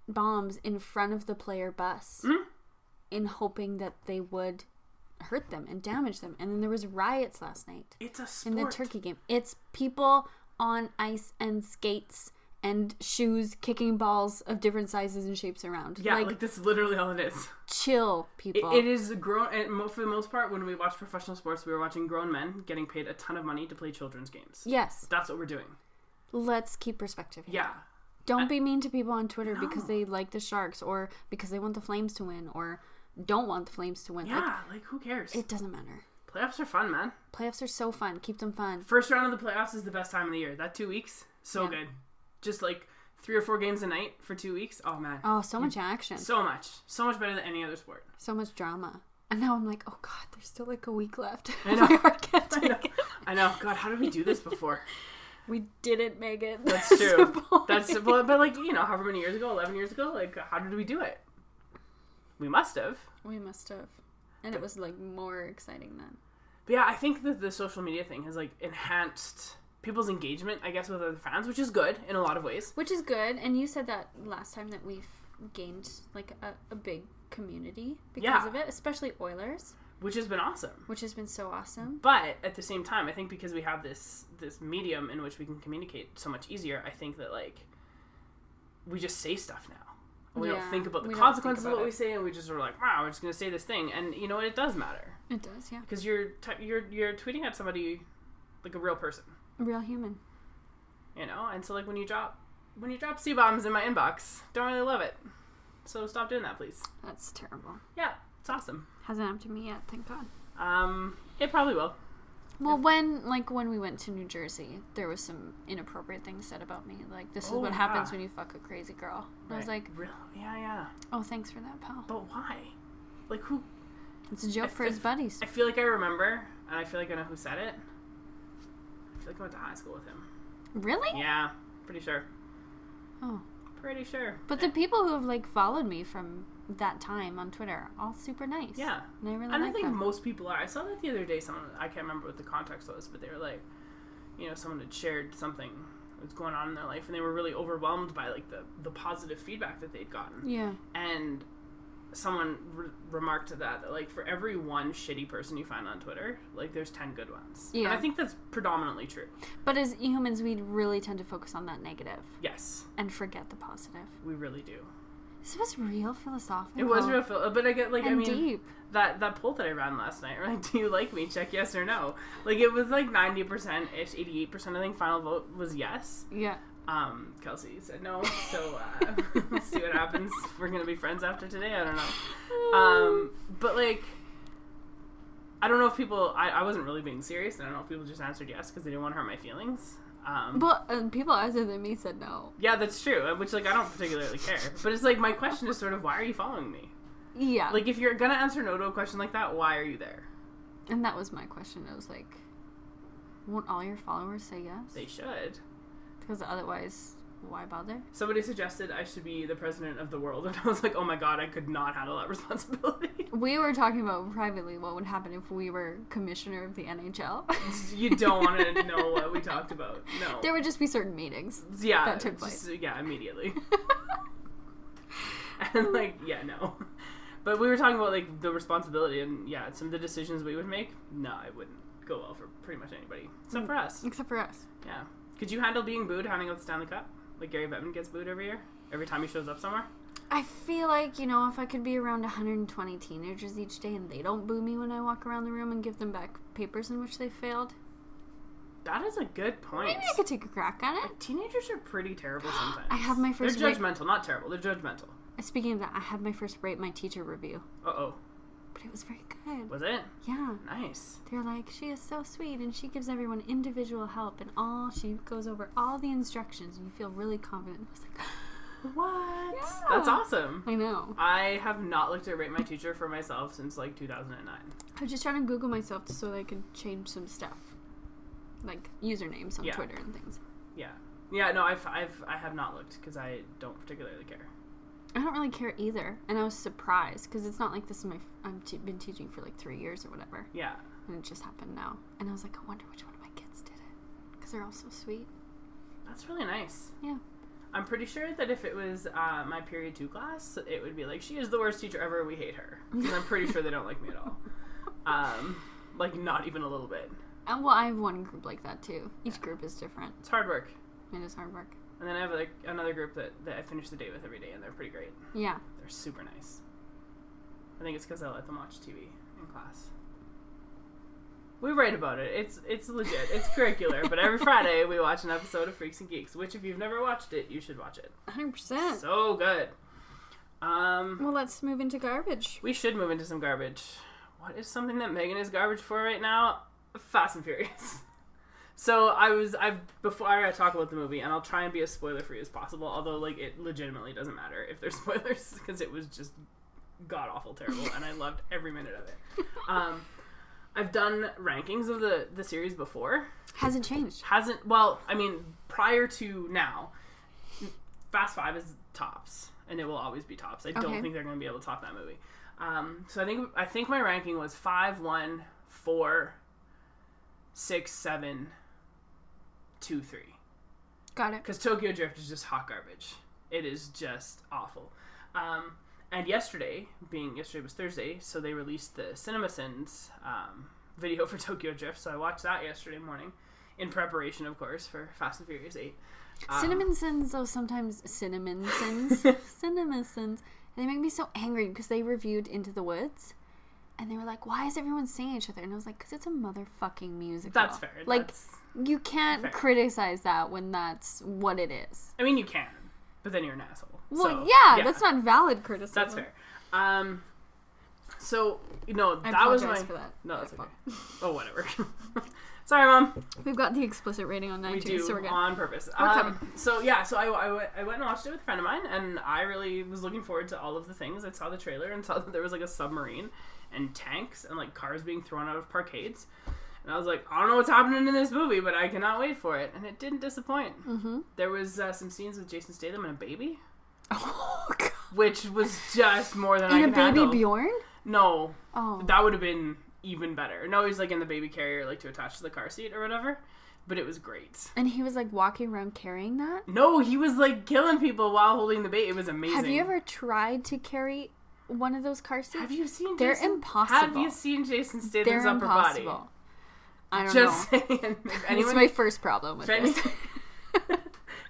A: bombs in front of the player bus
B: Mhm.
A: in hoping that they would hurt them and damage them. And then there was riots last night
B: It's a sport.
A: in the turkey game. It's people on ice and skates and shoes kicking balls of different sizes and shapes around.
B: Yeah,
A: like,
B: like that's literally all it is.
A: chill
B: It,
A: people.
B: it is grown and mo- for the most part when we watch professional sports we were watching grown men getting paid a ton of money to play children's games
A: yes,
B: that's what we're doing
A: let's keep perspective. here.
B: yeah
A: Don't be mean to people on Twitter because
B: No.
A: they like the Sharks or because they want the Flames to win or don't want the Flames to win. Like,
B: Yeah, like who cares?
A: it doesn't matter.
B: Playoffs are fun, man.
A: Playoffs are so fun. Keep them fun.
B: First round of the playoffs is the best time of the year. That two weeks, so
A: Yeah.
B: good. Just like three or four games a night for two weeks. Oh man,
A: Oh, so much action.
B: so much, so much better than any other [laughs] sport.
A: so much drama. And now I'm like, oh god, there's still like a week left.
B: I
A: [laughs]
B: know.
A: My heart can't
B: I know.
A: take it.
B: [laughs] I know. God, how did we do this [laughs] before?
A: We didn't make it. [laughs]
B: That's
A: so
B: true.
A: boring.
B: That's well, but like you know, however many years ago, eleven years ago, like how did we do it? We must have.
A: we must have. And it was like more exciting then.
B: But yeah, I think that the social media thing has like enhanced people's engagement, I guess, with other fans, which is good in a lot of ways.
A: Which is good. And you said that last time that we've gained like a, a big community because
B: Yeah.
A: of it, especially Oilers,
B: which has been awesome.
A: which has been so awesome.
B: But at the same time, I think because we have this this medium in which we can communicate so much easier, I think that like we just say stuff now. We
A: Yeah,
B: don't think about the
A: we don't think
B: consequences
A: about
B: of what we
A: it.
B: say, and we just are like, "Wow, we're just gonna say this thing," and you know what? It does matter
A: It does, yeah.
B: because you're t- you're you're tweeting at somebody like a real person,
A: Real human.
B: you know. And so like when you drop when you drop c bombs in my inbox, don't really love it. So stop doing that, please.
A: That's terrible.
B: Yeah, it's awesome.
A: Hasn't happened to me yet, thank God.
B: Um, it probably will.
A: Well, when like when we went to New Jersey, there was some inappropriate things said about me. Like this is
B: Oh,
A: what
B: yeah.
A: happens when you fuck a crazy girl. And I was
B: Right.
A: like,
B: Real- yeah, yeah.
A: oh, thanks for that, pal.
B: But why? Like who
A: It's a joke
B: I-
A: for his
B: I-
A: buddies.
B: I feel like I remember, and I feel like I know who said it. I feel like I went to high school with him.
A: Really?
B: Yeah, pretty sure.
A: Oh,
B: Pretty sure.
A: but the people who have like followed me from that time on Twitter are all super nice.
B: Yeah.
A: and I really
B: And I
A: like
B: think
A: them.
B: most people are. I saw that the other day. Someone I can't remember what the context was, but they were like, you know, someone had shared something that was going on in their life, and they were really overwhelmed by like the the positive feedback that they'd gotten.
A: yeah,
B: And someone re- remarked to that that like for every one shitty person you find on Twitter, like there's ten good ones. And
A: Yeah.
B: I think that's predominantly true.
A: but as humans, we really tend to focus on that negative
B: Yes,
A: and forget the positive.
B: we really do.
A: This was real philosophical.
B: It was real, fil- but I get like
A: and
B: I mean
A: deep.
B: that that poll that I ran last night. [laughs] Right? Do you like me? Check yes or no. Like it was like ninety percent ish, eighty eight percent. I think final vote was yes.
A: Yeah.
B: Um, Kelsey said no. So uh, [laughs] we'll see what happens. We're gonna be friends after today. I don't know. Um, but like. I don't know if people. I, I wasn't really being serious. and I don't know if people just answered yes because they didn't want to hurt my feelings. Um,
A: But uh, people other than me said no.
B: yeah, that's true. uh, Which like I don't particularly care. But it's like my question is sort of why are you following me?
A: Yeah.
B: Like if you're gonna answer no to a question like that, why are you there?
A: And that was my question. I was like, won't all your followers say yes?
B: They should.
A: Because otherwise, why bother?
B: Somebody suggested I should be the president of the world, [laughs] and I was like, oh my god, I could not handle that [laughs] responsibility.
A: We were talking about privately what would happen if we were commissioner of the [laughs] NHL.
B: you don't want to know what we talked about. No.
A: There would just be certain meetings. [laughs]
B: yeah.
A: that took
B: just- yeah, immediately. [laughs] and like, yeah, no. But we were talking about like the responsibility, and yeah, some of the decisions we would make. No, it wouldn't go well for pretty much anybody, except for us.
A: Except for us.
B: Yeah. Could you handle being booed handing out the Stanley Cup? Like Gary Bettman gets booed every year, every time he shows up somewhere.
A: I feel like, you know, if I could be around 120 teenagers each day and they don't boo me when I walk around the room and give them back papers in which they failed,
B: That is a good point.
A: maybe I could take a crack at it.
B: Teenagers are pretty terrible sometimes.
A: [gasps] I have my first
B: They're
A: rape.
B: judgmental, not terrible. They're judgmental.
A: Speaking of that, I had my first rate my teacher review,
B: Uh oh.
A: but it was very good.
B: Was it?
A: Yeah.
B: Nice.
A: They're like, she is so sweet and she gives everyone individual help and all she goes over all the instructions and you feel really confident. I was like, [gasps]
B: What?
A: Yeah.
B: That's awesome.
A: I know.
B: I have not looked at Rate My Teacher for myself since like 2009.
A: I'm just trying to Google myself so that I could change some stuff, like usernames on
B: Yeah.
A: Twitter and things.
B: Yeah. Yeah, no, I've, I've, I have not looked because I don't particularly care.
A: I don't really care either, and I was surprised because it's not like this is my I've t- been teaching for like three years or whatever,
B: Yeah.
A: and it just happened now. And I was like, I wonder which one of my kids did it because they're all so sweet.
B: That's really nice.
A: Yeah.
B: I'm pretty sure that if it was uh, my period two class, it would be like, she is the worst teacher ever. We hate her. 'Cause I'm pretty sure they don't like me
A: [laughs]
B: at all. Um, like, not even a little bit.
A: And Uh, well, I have one group like that too. Each group is different.
B: It's hard work.
A: It is hard work.
B: And then I have like another group that, that I finish the day with every day, and they're pretty great.
A: Yeah.
B: They're super nice. I think it's because I let them watch TV in class. We write about it. It's it's legit. It's curricular. But every Friday we watch an episode of Freaks and Geeks, which if you've never watched it, you should watch it.
A: Hundred percent.
B: So good. Um,
A: Well, let's move into garbage.
B: we should move into some garbage. What is something that Megan is garbage for right now? Fast and Furious. [laughs] So I was I've before I talk about the movie, and I'll try and be as spoiler free as possible. Although like it legitimately doesn't matter if there's [laughs] spoilers because it was just god awful terrible, and I loved every minute of it. Um, I've done rankings of the the series before,
A: Hasn't changed.
B: hasn't well i mean prior to now fast five is tops and it will always be tops i
A: Okay.
B: don't think they're going to be able to top that movie um, so i think i think my ranking was five one four six seven two three
A: Got it.
B: because Tokyo Drift is just hot garbage. It is just awful. Um, and yesterday, being yesterday was Thursday, so they released the CinemaSins um, video for [laughs] Tokyo Drift. So I watched that yesterday morning, in preparation, of course, for Fast and Furious Eight. Um,
A: Cinnamon sins, though sometimes cinnamon
B: [laughs]
A: sins, cinnamon sins, and they make me so angry because they reviewed Into the Woods, and they were like, "Why is everyone singing each other?" And I was like, "Cause it's a motherfucking musical."
B: That's fair.
A: Like
B: That's-
A: you can't
B: fair.
A: criticize that when that's what it is.
B: I mean, you can, but then you're an asshole.
A: Well,
B: So,
A: yeah, that's not valid criticism.
B: that's fair. Um, so you know
A: I
B: that was my
A: apologize for that.
B: no,
A: That's
B: that's okay. Oh, whatever. [laughs] Sorry, mom.
A: We've got the explicit rating on
B: we
A: iTunes,
B: do
A: so we're good.
B: on purpose.
A: We're
B: Um, so yeah, so I, I, went- I went and watched it with a friend of mine, and I really was looking forward to all of the things. I saw the trailer and saw [laughs] that there was like a submarine and tanks and like cars being thrown out of parkades, and I was like, I don't know what's happening in this movie, but I cannot wait for it, and it didn't disappoint.
A: mm-hmm.
B: There was uh, some scenes with Jason Statham and a baby,
A: [laughs] Oh God.
B: which was just more than I
A: And a
B: could
A: baby
B: handle.
A: Bjorn.
B: no,
A: Oh,
B: that would have been even better. No, he's like in the baby carrier, like to attach to the car seat or whatever, but it was great.
A: and he was like walking around carrying that.
B: No, he was like killing people while holding the bait. It was amazing.
A: Have you ever tried to carry one of those car seats?
B: Have you seen?
A: They're
B: Jason? Have
A: impossible.
B: you seen Jason
A: They're
B: Statham's upper
A: impossible.
B: body?
A: I don't
B: Just [laughs]
A: know. [laughs]
B: saying. If
A: It's
B: anyone,
A: my first problem with
B: if any-
A: this.
B: [laughs]
A: [laughs]
B: if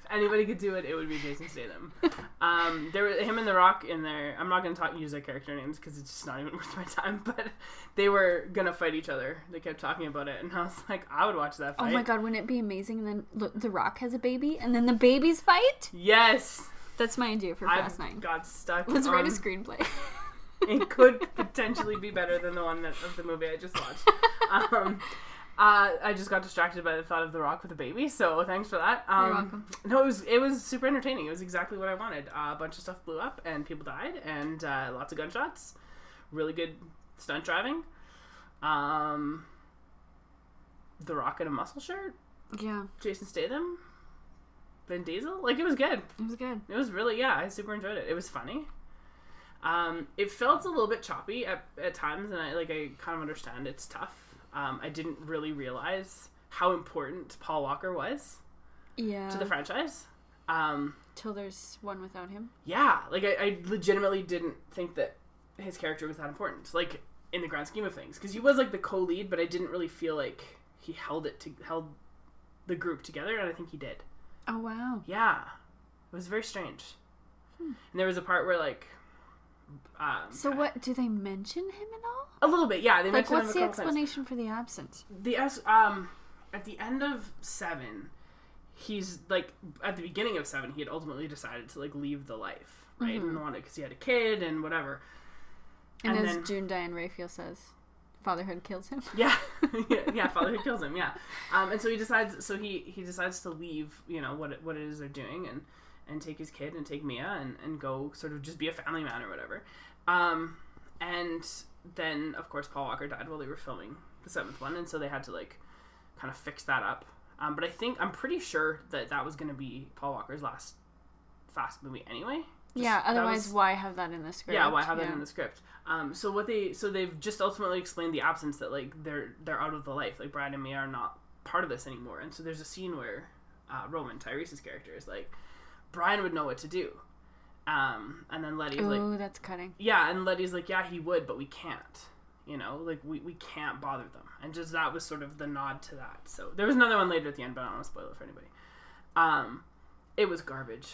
B: anybody could do it, it would be
A: [laughs]
B: Jason Statham. Um, there were him and The Rock in there. I'm not gonna talk use their character names because it's just not even [laughs] worth my time. But they were gonna fight each other. They kept talking about it, and I was like, I would watch that
A: Oh
B: fight.
A: my god, wouldn't it be amazing? And then look, The Rock has a baby, and then the babies fight.
B: Yes,
A: That's my idea for
B: I
A: Fast Nine.
B: got um,
A: [laughs]
B: stuck.
A: Let's write a
B: on- [laughs]
A: screenplay.
B: it could potentially be better than the one that, of the movie I just watched. Um, uh, I just got distracted by the thought of The Rock with a baby, so thanks for that. Um,
A: You're welcome.
B: No, it was it was super entertaining. It was exactly what I wanted. Uh, a bunch of stuff blew up and people died and uh, lots of gunshots. Really good stunt driving. Um, the Rock in a muscle shirt.
A: Yeah,
B: Jason Statham. Vin Diesel. Like it was good.
A: it was good.
B: It was really yeah, I super enjoyed it. It was funny. Um, it felt a little bit choppy at, at times, and I like I kind of understand it's tough. Um, I didn't really realize how important Paul Walker was
A: Yeah.
B: to the franchise. Um,
A: Till there's one without him.
B: yeah, like I, I legitimately didn't think that his character was that important, like in the grand scheme of things, because he was like the co-lead, but I didn't really feel like he held it to held the group together, and I think he did.
A: Oh wow.
B: Yeah, it was very strange.
A: Hmm.
B: And there was a part where like, um,
A: So what do they mention him at all?
B: a little bit, yeah. They
A: Like,
B: mentioned
A: what's
B: him a
A: the
B: couple times.
A: explanation for the absence?
B: The S, um, at the end of seven, he's like at the beginning of seven, he had ultimately decided to like leave the life, right,
A: Mm-hmm.
B: and wanted because he had a kid and whatever.
A: And,
B: And
A: as
B: then-
A: June Diane Raphael says, fatherhood kills him.
B: [laughs] Yeah, yeah, yeah. Fatherhood kills him. Yeah, um, and so he decides. So he he decides to leave. You know what it, what it is they're doing, and and take his kid and take Mia and and go sort of just be a family man or whatever. Um, and then of course Paul Walker died while they were filming the seventh one, and so they had to like kind of fix that up. Um, but I think I'm pretty sure that that was going to be Paul Walker's last Fast movie anyway.
A: yeah.
B: that
A: Otherwise,
B: was-
A: why have that in the script?
B: Yeah, why have that in the script? Um, so what they so they've just ultimately explained the absence that like they're they're out of the life. Like Brad and Mia are not part of this anymore. And so there's a scene where uh, Roman Tyrese's character is like, Brian would know what to do, um, and then Letty's like,
A: Ooh, that's cutting. [laughs]
B: yeah, and Letty's like, yeah, he would, but we can't. You know, like we, we can't bother them. And just that was sort of the nod to that. So there was another one later at the end, but I don't want to spoil it for anybody. Um, it was garbage.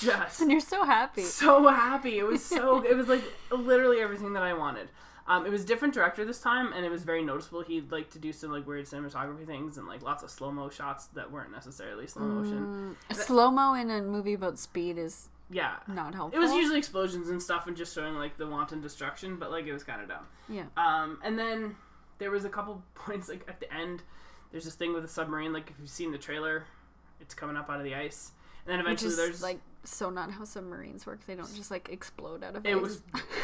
B: Just
A: And you're so happy.
B: so happy. It was so. it was like literally everything that I wanted. Um, it was different director this time, and it was very noticeable. He liked to do some like weird cinematography things and like lots
A: Mm.
B: of slow mo shots that weren't necessarily slow motion.
A: Slow mo in a movie about speed is
B: yeah.
A: Not helpful.
B: It was usually explosions and stuff and just showing like the wanton destruction, but like it was kind of dumb.
A: yeah.
B: Um, and then there was a couple [laughs] points like at the end. There's this thing with a submarine. Like if you've seen the trailer, it's coming up out of the ice, and then
A: Which
B: eventually
A: is
B: there's
A: like so not how submarines work. They don't just like explode out of
B: it
A: ice.
B: was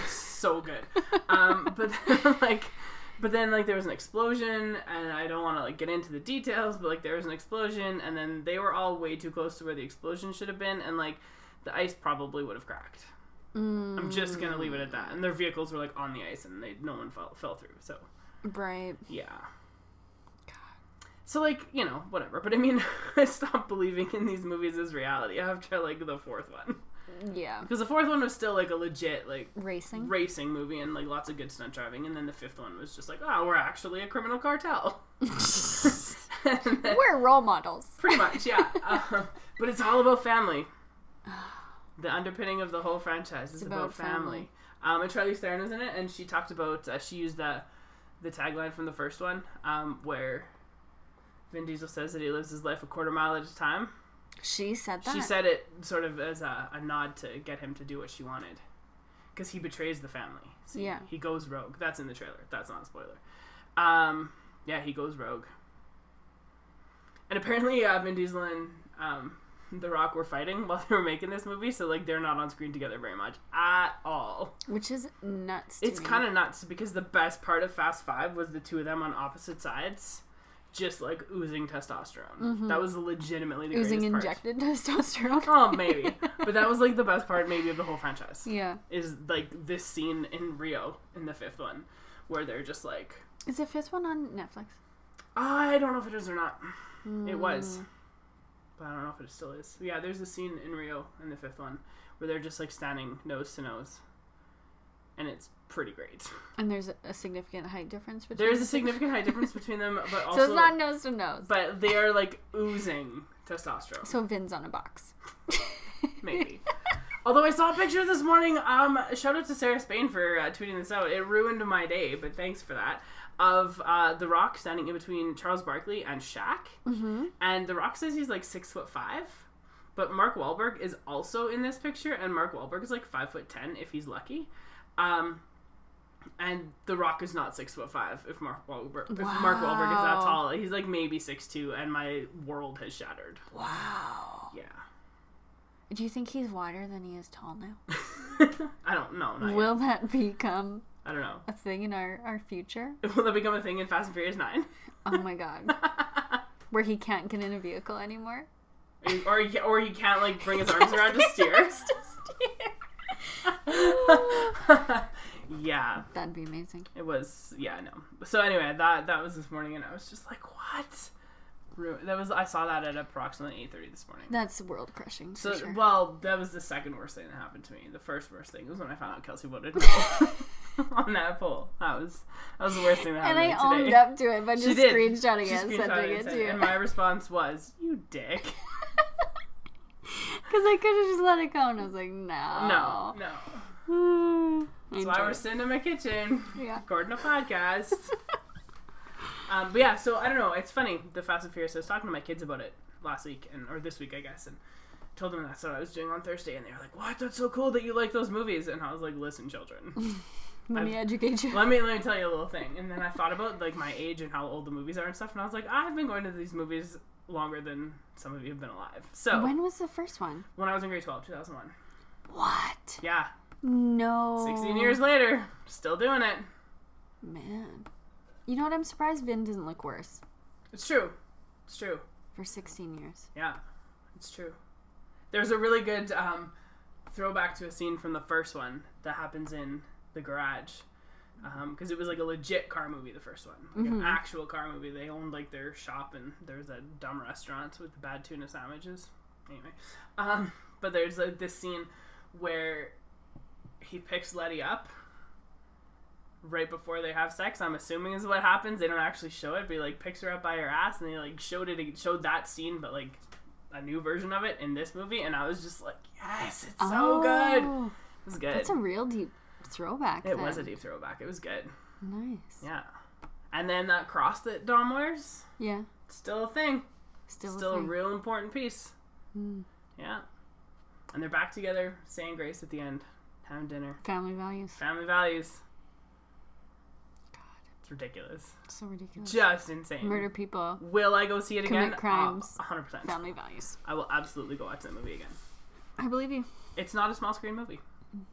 B: so good. Um, but then, [laughs] like, but then like there was an explosion, and I don't want to like get into the details, but like there was an explosion, and then they were all way too close to where the explosion should have been, and like the ice probably would have cracked. I'm just gonna leave it at that. And their vehicles were like on the ice, and they no one fell fell through. So
A: right.
B: yeah. So like you know whatever, but I mean [laughs] I stopped believing in these movies as reality after like the fourth one
A: Yeah.
B: because the fourth one was still like a legit like
A: Racing.
B: racing movie and like lots of good stunt driving and then the fifth one was just like oh we're actually a criminal cartel [laughs] And then-
A: [laughs] We're role models.
B: pretty much yeah um, but it's all about family the underpinning of the whole franchise is about,
A: about
B: family, Um, and charlie theron was in it and she talked about uh, she used the the tagline from the first one um, where vin diesel says that he lives his life a quarter mile at a time
A: She said that.
B: she said it sort of as a, a nod to get him to do what she wanted. Because he betrays the family. See,
A: Yeah.
B: He goes rogue. That's in the trailer. That's not a spoiler. Um, yeah, he goes rogue. And apparently, uh, Vin Diesel and um, The Rock were fighting [laughs] while they were making this movie, so, like, they're not on screen together very much at all.
A: Which is nuts. To
B: It's kind of nuts because the best part of Fast Five was the two of them on opposite sides, just, like, oozing testosterone. That was legitimately the
A: Mm-hmm. oozing
B: greatest part.
A: injected [laughs] testosterone.
B: Oh, maybe. but that was like the best part, maybe, of the whole franchise.
A: yeah.
B: Is like this scene in Rio in the fifth one, where they're just like,
A: Is the fifth one on Netflix? Hmm.
B: I don't know if it is or not. It was,
A: Mm.
B: but I don't know if it still is. Yeah, there's a scene in Rio in the fifth one where they're just like standing nose to nose, and it's pretty great.
A: And there's a, a significant height difference between.
B: There's
A: the
B: a
A: two?
B: significant height difference between them, but
A: So
B: also,
A: it's not nose to nose.
B: but they are like oozing testosterone.
A: so Vin's on a box.
B: maybe. [laughs] Although I saw a picture this morning, um, shout out to Sarah Spain for uh, tweeting this out. It ruined my day, but thanks for that. Of uh, The Rock standing in between Charles Barkley and Shaq, mm-hmm. and The Rock says he's like six foot five, but Mark Wahlberg is also in this picture, and Mark Wahlberg is like five foot ten if he's lucky. Um, and The Rock is not six foot five. If Mark Wahlberg, if Mark Wahlberg is that
A: Wow.
B: tall, he's like maybe six two, and my world has shattered.
A: Wow.
B: Yeah. [laughs]
A: Do you think he's wider than he is tall now?
B: I don't know. Not yet.
A: [laughs] Will that become
B: I don't know. [laughs]
A: a thing in our, our future?
B: Will that become a thing in Fast and Furious Nine?
A: Oh my [laughs] god. Where he can't get in a vehicle anymore?
B: or he, or he can't like bring his arms around to
A: [laughs]
B: steer.
A: Just steer. [laughs]
B: [laughs] yeah,
A: That'd be amazing.
B: it was. Yeah, I know. So anyway, that that was this morning, and I was just like, what? Ru- That was I saw that at approximately eight thirty this morning.
A: That's world crushing.
B: So
A: So, sure.
B: well, that was the second worst thing that happened to me. The first worst thing was when I found out Kelsey voted no [laughs] on that poll. That was that was the worst thing that
A: and
B: happened
A: I
B: to me today.
A: owned up to it by just
B: did.
A: screenshotting
B: She
A: it and
B: screenshotted
A: sending
B: and
A: it
B: sent
A: to you.
B: and my response was, "You dick." [laughs]
A: Because I could have just let it go, and I was like, no.
B: No, no.
A: No. [sighs]
B: That's why we're sitting in my kitchen,
A: Yeah.
B: recording a podcast. um, but yeah, so I don't know. It's funny. The Fast and Furious. I was talking to my kids about it last week, and or this week, I guess, and told them that's what I was doing on Thursday, and they were like, "What? That's so cool that you like those movies." And I was like, "Listen, children,
A: Let me educate you.
B: let me let me tell you a little thing." And then I thought about like my age and how old the movies are and stuff, and I was like, "I've been going to these movies longer than some of you have been alive." So when,
A: When was the first one?
B: I was in grade twelve, two thousand one,
A: What?
B: yeah,
A: No.
B: sixteen years later, still doing it.
A: Man. You know what? I'm surprised Vin doesn't look worse
B: It's true. It's true.
A: for 16 years.
B: Yeah, it's true. There's a really good um, throwback to a scene from the first one that happens in the garage. Because it was like a legit car movie, the first one. Like
A: Mm-hmm.
B: an actual car movie. They owned like their shop and there was a dumb restaurant with bad tuna sandwiches. Anyway. Um, but there's like this scene where he picks Letty up right before they have sex. I'm assuming is what happens. They don't actually show it, but he like picks her up by her ass, and they like showed it, showed that scene, but like a new version of it in this movie. And I was just like, yes, it's so good.
A: Oh,
B: It was good.
A: That's a real deep throwback.
B: it was a
A: then.
B: deep throwback. It was good.
A: Nice.
B: Yeah. And then that cross that Dom wears,
A: Yeah.
B: still a thing.
A: Still, Mm.
B: still
A: a
B: a
A: thing.
B: real important piece. Yeah. And they're back together, saying grace at the end, having dinner.
C: Family values.
B: Family values.
C: God.
B: It's ridiculous.
C: It's so ridiculous.
B: Just insane.
C: Murder people.
B: Will I go see it again?
C: Commit crimes.
B: Uh, 100%.
C: Family values.
B: I will absolutely go watch that movie again.
C: I believe you.
B: It's not a small screen movie.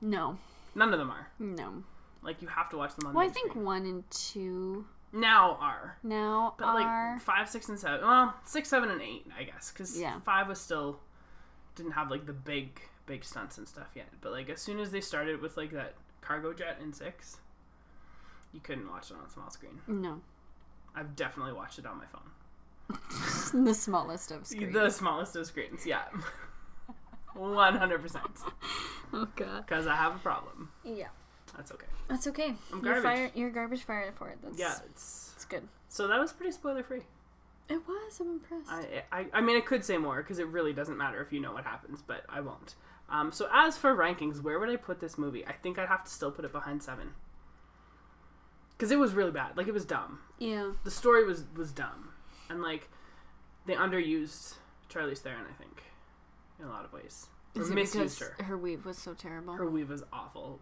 C: No.
B: None of them are.
C: No.
B: Like, you have to watch them on
C: Well, I
B: big
C: think
B: screen.
C: one and two
B: Now are.
C: now
B: But
C: are.
B: like five, six, and seven. Well, six, seven, and eight, I guess, because
C: Yeah.
B: five was still didn't have like the big, big stunts and stuff yet. But like as soon as they started with like that cargo jet in six, you couldn't watch it on a small screen.
A: [laughs]
C: no.
B: I've definitely watched it on my phone. [laughs]
C: the smallest of screens.
B: The smallest of screens, yeah, [laughs] one hundred percent.
C: Oh, God.
B: Because I have a problem.
A: Yeah.
B: That's okay.
A: That's okay.
B: I'm
A: You're,
B: garbage.
A: fire, you're garbage fired for it. That's,
B: Yeah, it's
A: It's good.
B: so that was pretty spoiler free.
A: It was. I'm impressed.
B: I, I, I mean, I could say more because it really doesn't matter if you know what happens, but I won't. Um, so as for rankings, where would I put this movie? I think I'd have to still put it behind seven because it was really bad. Like it was dumb.
A: yeah.
B: The story was was dumb, and like they underused Charlize Theron. I think in a lot of ways, or
C: Is it
B: misused
C: because
B: her.
C: her weave was so terrible?
B: Her weave was awful.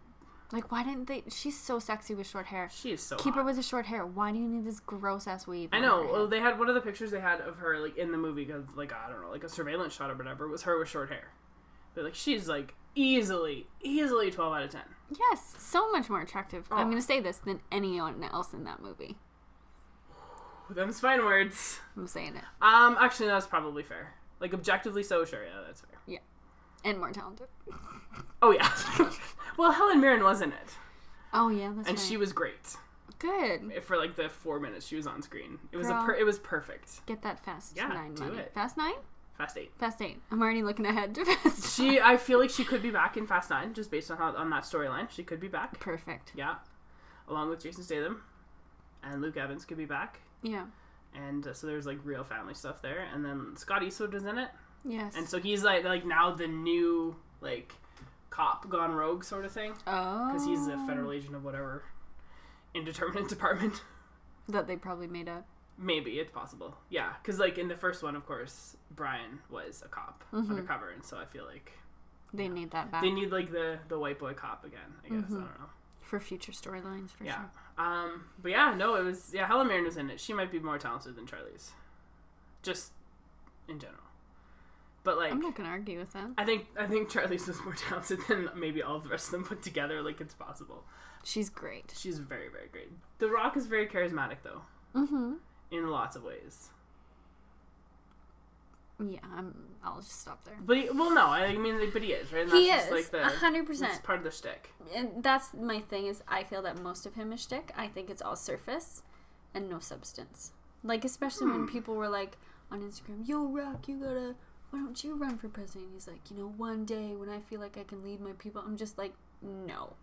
C: Like, why didn't they? She's so sexy with short hair.
B: She is so
C: Keep her
B: hot.
C: with the short hair. Why do you need this gross ass weave?
B: I
C: on
B: know.
C: her
B: Well,
C: head?
B: they had one of the pictures they had of her like in the movie because like I don't know, like a surveillance shot or whatever was her with short hair. But like she's like easily, easily twelve out of ten.
C: yes, so much more attractive.
B: Oh.
C: I'm gonna say this than anyone else in that movie.
B: Them's fine words.
C: I'm saying it,
B: Um, actually, that's probably fair. Like objectively, so sure, yeah, that's fair.
C: and more talented.
B: Oh yeah. [laughs] well, Helen Mirren was in it,
C: Oh yeah, that's
B: and
C: right.
B: she was great
C: good.
B: for like the four minutes she was on screen. It was
C: Girl.
B: a per- it was perfect.
C: Get that fast
B: Yeah,
C: nine
B: do
C: money.
B: it.
C: Fast nine,
B: Fast eight.
C: fast eight. I'm already looking ahead to [laughs] fast.
B: She, I feel like she could be back in Fast Nine just based on how on that storyline. She could be back.
C: Perfect.
B: Yeah. Along with Jason Statham. And Luke Evans could be back.
C: Yeah.
B: And uh, so there's like real family stuff there. And then Scott Eastwood was in it.
C: Yes.
B: And so he's like like now the new like cop gone rogue sort of thing.
C: oh.
B: Because he's a federal agent of whatever indeterminate [laughs] department.
C: That they probably made up.
B: Maybe it's possible. Yeah. Because like in the first one, of course, Brian was a cop undercover. And so I feel like
C: They need that back
B: they need like the, the white boy cop again, I guess. I don't know.
C: for future storylines for
B: Yeah.
C: sure.
B: Um, but yeah, no, it was yeah, Helen Mirren was in it. She might be more talented than Charlie's. Just in general. But like
C: I'm not gonna argue with that.
B: I think I think Charlie's was more [laughs] talented than maybe all of the rest of them put together, like it's possible.
C: She's great.
B: She's very, very great. The Rock is very charismatic though,
C: Mm-hmm.
B: in lots of ways.
C: Yeah, I'm, I'll just stop there.
B: But he, well no, I mean but he is, right? And
A: He
B: that's
A: is.
B: just, like the
A: hundred
B: it's
A: percent.
B: part of the shtick.
A: And that's my thing is I feel that most of him is shtick. I think it's all surface and no substance. Like especially
B: Hmm.
A: when people were like on Instagram, "Yo, Rock, you gotta, why don't you run for president?" He's like, "You know, one day when I feel like I can lead my people," I'm just like, "No,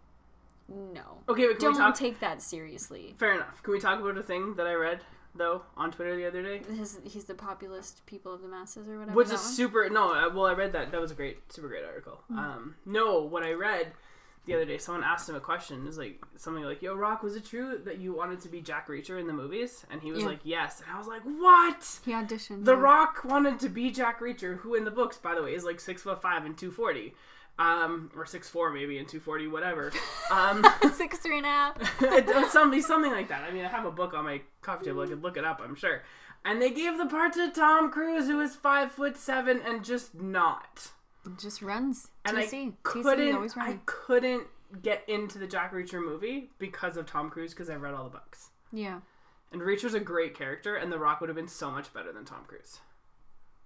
A: no,
B: Okay, but can
A: don't
B: we talk
A: take that seriously."
B: fair enough. Can we talk about a thing that I read though on Twitter the other day?
A: His, he's the populist people of the masses or whatever.
B: What's
A: that
B: a
A: one?
B: super no? I- Well, I read that. That was a great, super great article. Um, no, what I read the other day, someone asked him a question. It was like something like, "Yo, Rock, was it true that you wanted to be Jack Reacher in the movies?" And he was
C: Yeah.
B: like, "Yes." And I was like, "What?"
C: He auditioned.
B: The
A: Mm.
C: yeah.
B: Rock wanted to be Jack Reacher, who in the books, by the way, is like six foot five and two forty, um, or six four maybe and two forty, whatever. Um,
C: [laughs] six three and a half.
B: it- something something like that. I mean, I have a book on my coffee table. I could look it up. I'm sure. And they gave the part to Tom Cruise, who is five foot seven and just not.
C: Just runs.
B: And
C: TC.
B: I
C: TC is
B: couldn't.
C: always
B: I
C: running.
B: couldn't get into the Jack Reacher movie because of Tom Cruise because I read all the books.
C: Yeah.
B: And Reacher's a great character, and The Rock would have been so much better than Tom Cruise.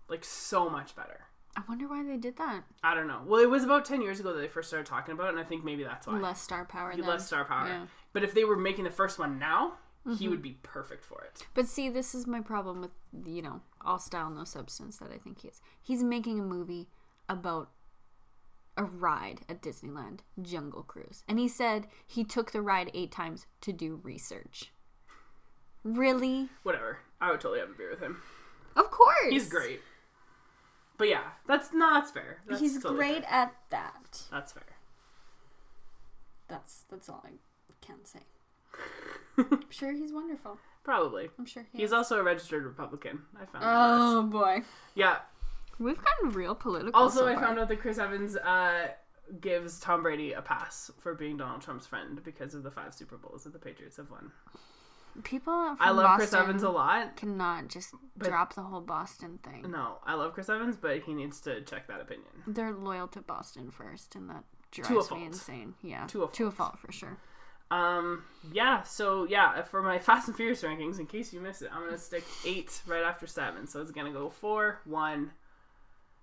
B: Like so much better.
C: I wonder why they did that.
B: I don't know. Well, it was about ten years ago that they first started talking about, it, and I think maybe that's why
C: Less star power.
B: he
C: then.
B: less star power.
C: Yeah. Mm-hmm.
B: But if they were making the first one now, he would be perfect for it.
C: But see, this is my problem with you know all style, no substance that I think he is. He's making a movie about a ride at Disneyland, Jungle Cruise, and he said he took the ride eight times to do research. Really?
B: whatever. I would totally have a beer with him.
C: Of course.
B: He's great. But yeah, that's no, that's fair. That's
A: He's
B: totally
A: great
B: fair.
A: at that.
B: That's fair.
A: That's that's all I can
B: [laughs]
A: say. I'm sure he's wonderful.
B: Probably.
A: I'm sure he
B: He's
A: is.
B: also a registered Republican. I found that out.
A: Oh boy.
B: Yeah.
A: We've gotten real political.
B: Also,
A: so
B: I
A: far.
B: found out that Chris Evans uh, gives Tom Brady a pass for being Donald Trump's friend because of the five Super Bowls that the Patriots have won.
A: people. From
B: I love Chris
A: Boston
B: Evans a lot.
A: Cannot just
B: but-
A: drop the whole Boston thing.
B: No, I love Chris Evans, but he needs to check that opinion.
A: They're loyal to Boston first, and that
B: a
A: drives
B: fault.
A: me insane. Yeah,
B: To a
A: fault for sure.
B: Um, yeah, so yeah, for my [laughs] Fast and Furious rankings, in case you missed it, I'm gonna stick eight right after seven. So it's gonna go four, one,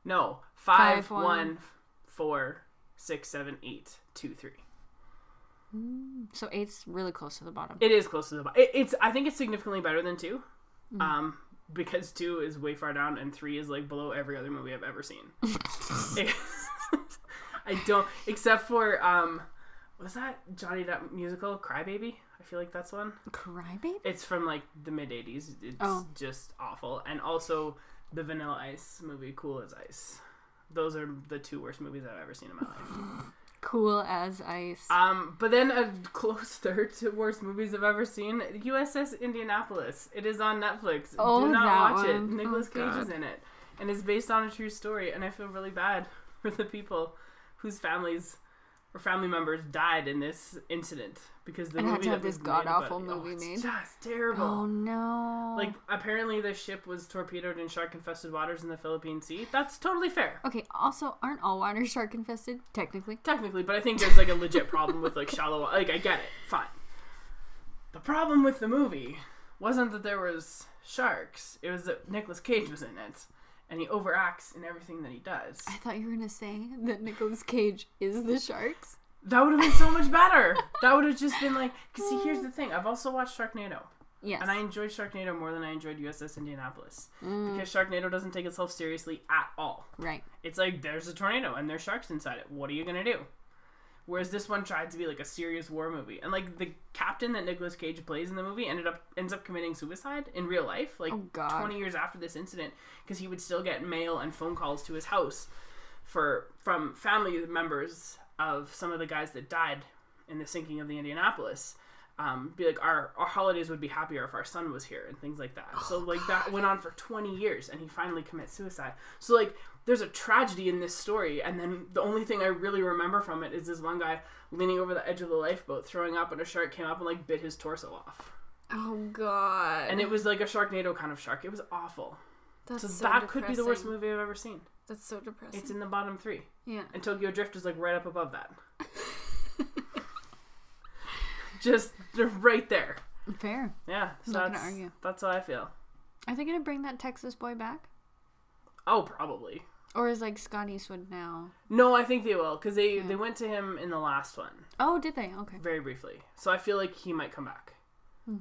B: no, five,
A: Five, one.
B: one, four, six, seven, eight, two, three.
A: So eight's really close to the bottom.
B: It is close to the bottom. It, it's I think it's significantly better than 2
A: Mm.
B: um, because two is way far down and three is like below every other movie I've ever seen.
A: [laughs]
B: [laughs] I don't, except for um, was that Johnny Depp musical Crybaby? I feel like that's one.
A: Crybaby.
B: It's from like the mid '80s. It's
A: Oh.
B: just awful. And also the Vanilla Ice movie, Cool as Ice. Those are the two worst movies I've ever seen in my life.
A: [laughs] Cool as ice.
B: Um, but then a close [laughs] third to worst movies I've ever seen: USS Indianapolis. It is on Netflix.
A: Oh,
B: Do not
A: that
B: watch it.
A: one.
B: Nicolas
A: Oh,
B: Cage is
A: God.
B: in it, and it's based on a true story. And I feel really bad [laughs] for the people whose families or family members died in this incident because the
A: And had
B: movie
A: to
B: that
A: have this
B: was made about-
A: god-awful
B: oh,
A: movie
B: it's
A: made.
B: Just terrible.
A: oh no.
B: Like apparently the ship was torpedoed in shark-infested waters in the Philippine Sea. That's totally fair,
A: okay. Also, aren't all waters shark infested? Technically.
B: technically, but I think there's like a legit problem with like shallow. wa- Like I get it, fine. The problem with the movie wasn't that there was sharks. It was that Nicolas Cage was in it, and he overacts in everything that he does.
A: I thought you were gonna say that Nicolas Cage is the sharks.
B: That would have been so much better. that would have just been like. Cause see, here's the thing. I've also watched Sharknado.
A: Yes.
B: And I enjoyed Sharknado more than I enjoyed USS Indianapolis because Sharknado doesn't take itself seriously at all.
A: right.
B: It's like there's a tornado and there's sharks inside it. What are you gonna do? Whereas this one tried to be like a serious war movie, and like the captain that Nicolas Cage plays in the movie ended up ends up committing suicide in real life, like
A: Oh, God.
B: twenty years after this incident, because he would still get mail and phone calls to his house for from family members of some of the guys that died in the sinking of the Indianapolis. Um, be like our our holidays would be happier if our son was here and things like that. so like that went on for 20 years and he finally commits suicide. So like there's a tragedy in this story and then the only thing I really remember from it is this one guy leaning over the edge of the lifeboat throwing up and a shark came up and like bit his torso off.
A: Oh God.
B: And it was like a Sharknado kind of shark. It was awful.
A: that's
B: So, that could be the worst movie I've ever seen.
A: That's so depressing.
B: It's in the bottom 3.
A: yeah.
B: And Tokyo Drift is like right up above [laughs] that. Just they're right there.
A: Fair.
B: Yeah. So
A: Not gonna
B: that's,
A: argue.
B: that's how I feel.
A: Are they gonna bring that Texas boy back,
B: Oh, probably.
A: or is like Scott Eastwood now?
B: No, I think they will because they
A: Hmm.
B: they went to him in the last one
A: Oh, did they? Okay.
B: very briefly. So I feel like he might come back
A: Hmm.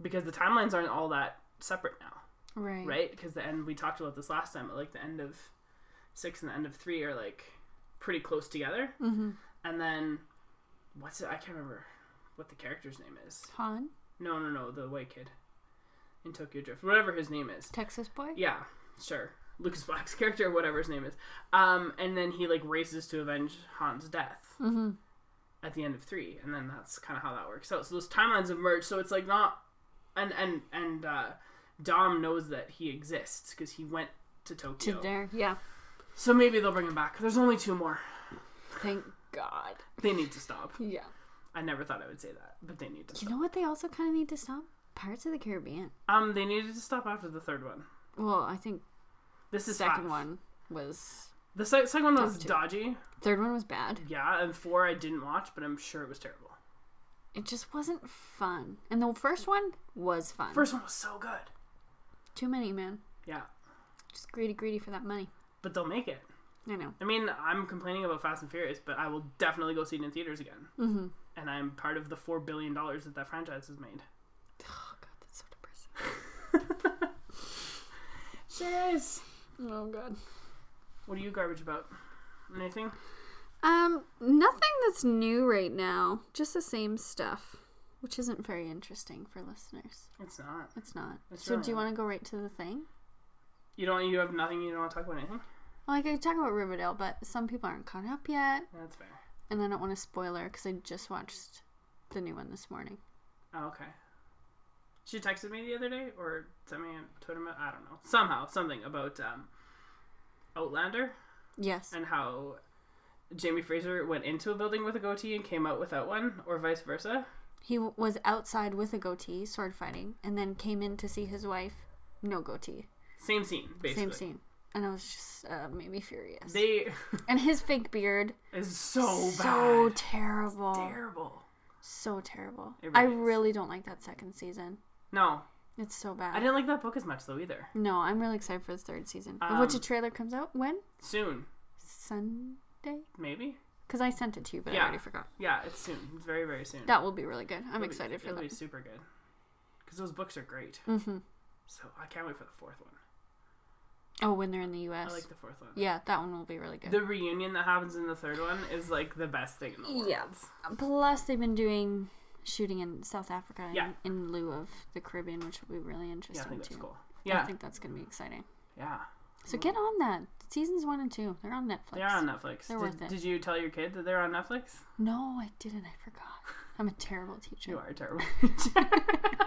B: because the timelines aren't all that separate now,
A: Right.
B: right? Because the end we talked about this last time, but like the end of six and the end of three are like pretty close together, mm-hmm. and then what's it? I can't remember what the character's name is.
A: Han,
B: No, no, no, the white kid in Tokyo Drift, whatever his name is.
A: Texas boy.
B: Yeah, sure. Lucas Black's [laughs] character, whatever his name is. Um, and then he like races to avenge Han's death
A: Mm-hmm.
B: at the end of three, and then that's kind of how that works out. So those timelines have merged. So it's like not, and and and uh, Dom knows that he exists because he went to
A: To
B: Tokyo.
A: there. Yeah.
B: so maybe they'll bring him back. There's only two more.
A: Thank God.
B: They need to stop.
A: Yeah.
B: I never thought I would say that, but they need to.
A: You
B: Stop.
A: know what? They also kind of need to stop Pirates of the Caribbean.
B: Um, they needed to stop after the third one.
A: Well, I think
B: This
A: the
B: is
A: second
B: five.
A: one was.
B: The se- second one was
A: Top two.
B: dodgy.
A: Third one was bad.
B: Yeah, and four I didn't watch, but I'm sure it was terrible.
A: It just wasn't fun. And the first one was fun.
B: First one was so good.
A: Too many, man.
B: Yeah,
A: Just greedy, greedy for that money.
B: but they'll make it.
A: I know.
B: I mean, I'm complaining about Fast and Furious, but I will definitely go see it in theaters again. Mm-hmm. And I'm part of the four billion dollars that that franchise has made.
A: Oh God, that's so depressing.
B: Cheers.
A: Oh God.
B: What are you garbage about? Anything?
A: Um, nothing that's new right now. Just the same stuff, which isn't very interesting for listeners.
B: It's not.
A: It's not.
B: It's
A: so,
B: really
A: do you
B: not.
A: want to go right to the thing?
B: You don't. You have nothing. You don't want to talk about anything.
A: Well, I could talk about Riverdale, but some people aren't caught up yet,
B: That's fair.
A: and I don't want to spoiler because I just watched the new one this morning.
B: Oh, okay. She texted me the other day, or sent me a Twitter. me- I don't know. Somehow, something about um, Outlander
A: Yes.
B: and how Jamie Fraser went into a building with a goatee and came out without one, or vice versa?
A: He w- was outside with a goatee, sword fighting, and then came in to see his wife, no goatee.
B: Same scene, basically.
A: Same scene. And I was just uh, made me furious.
B: They [laughs]
A: and his fake beard,
B: is so,
A: so
B: bad.
A: terrible,
B: Terrible.
A: so terrible.
B: It
A: I
B: really is.
A: really don't like that second season.
B: No,
A: It's so
B: I
A: bad.
B: didn't like that book as much though either.
A: No, I'm really excited for the third season, of which a
B: Um,
A: trailer comes out when
B: Soon,
A: Sunday.
B: maybe.
A: Because I sent it to you, but I
B: Yeah.
A: already forgot.
B: Yeah, it's soon. It's very, very soon.
A: That will be really good. I'm
B: It'll be-
A: excited for
B: It'll be
A: that.
B: super good. Because those books are great.
A: Mm-hmm.
B: So I can't wait for the fourth one.
A: Oh, when they're in the U.S.
B: I like the fourth one.
A: yeah, that one will be really good.
B: The reunion that happens in the third one is like the best thing in the world.
A: Yeah. Plus, they've been doing shooting in South Africa in,
B: Yeah.
A: in lieu of the Caribbean, which will be really
B: Yeah, I
A: interesting
B: think that's
A: too.
B: cool.
A: I
B: Yeah,
A: think that's going to be exciting.
B: yeah.
A: So get on that. Seasons one and two, they're on Netflix.
B: They're on Netflix.
A: They're
B: did,
A: worth it.
B: did you tell your kid that they're on Netflix?
A: No, I didn't. I forgot. I'm a terrible teacher.
B: You are terrible. [laughs]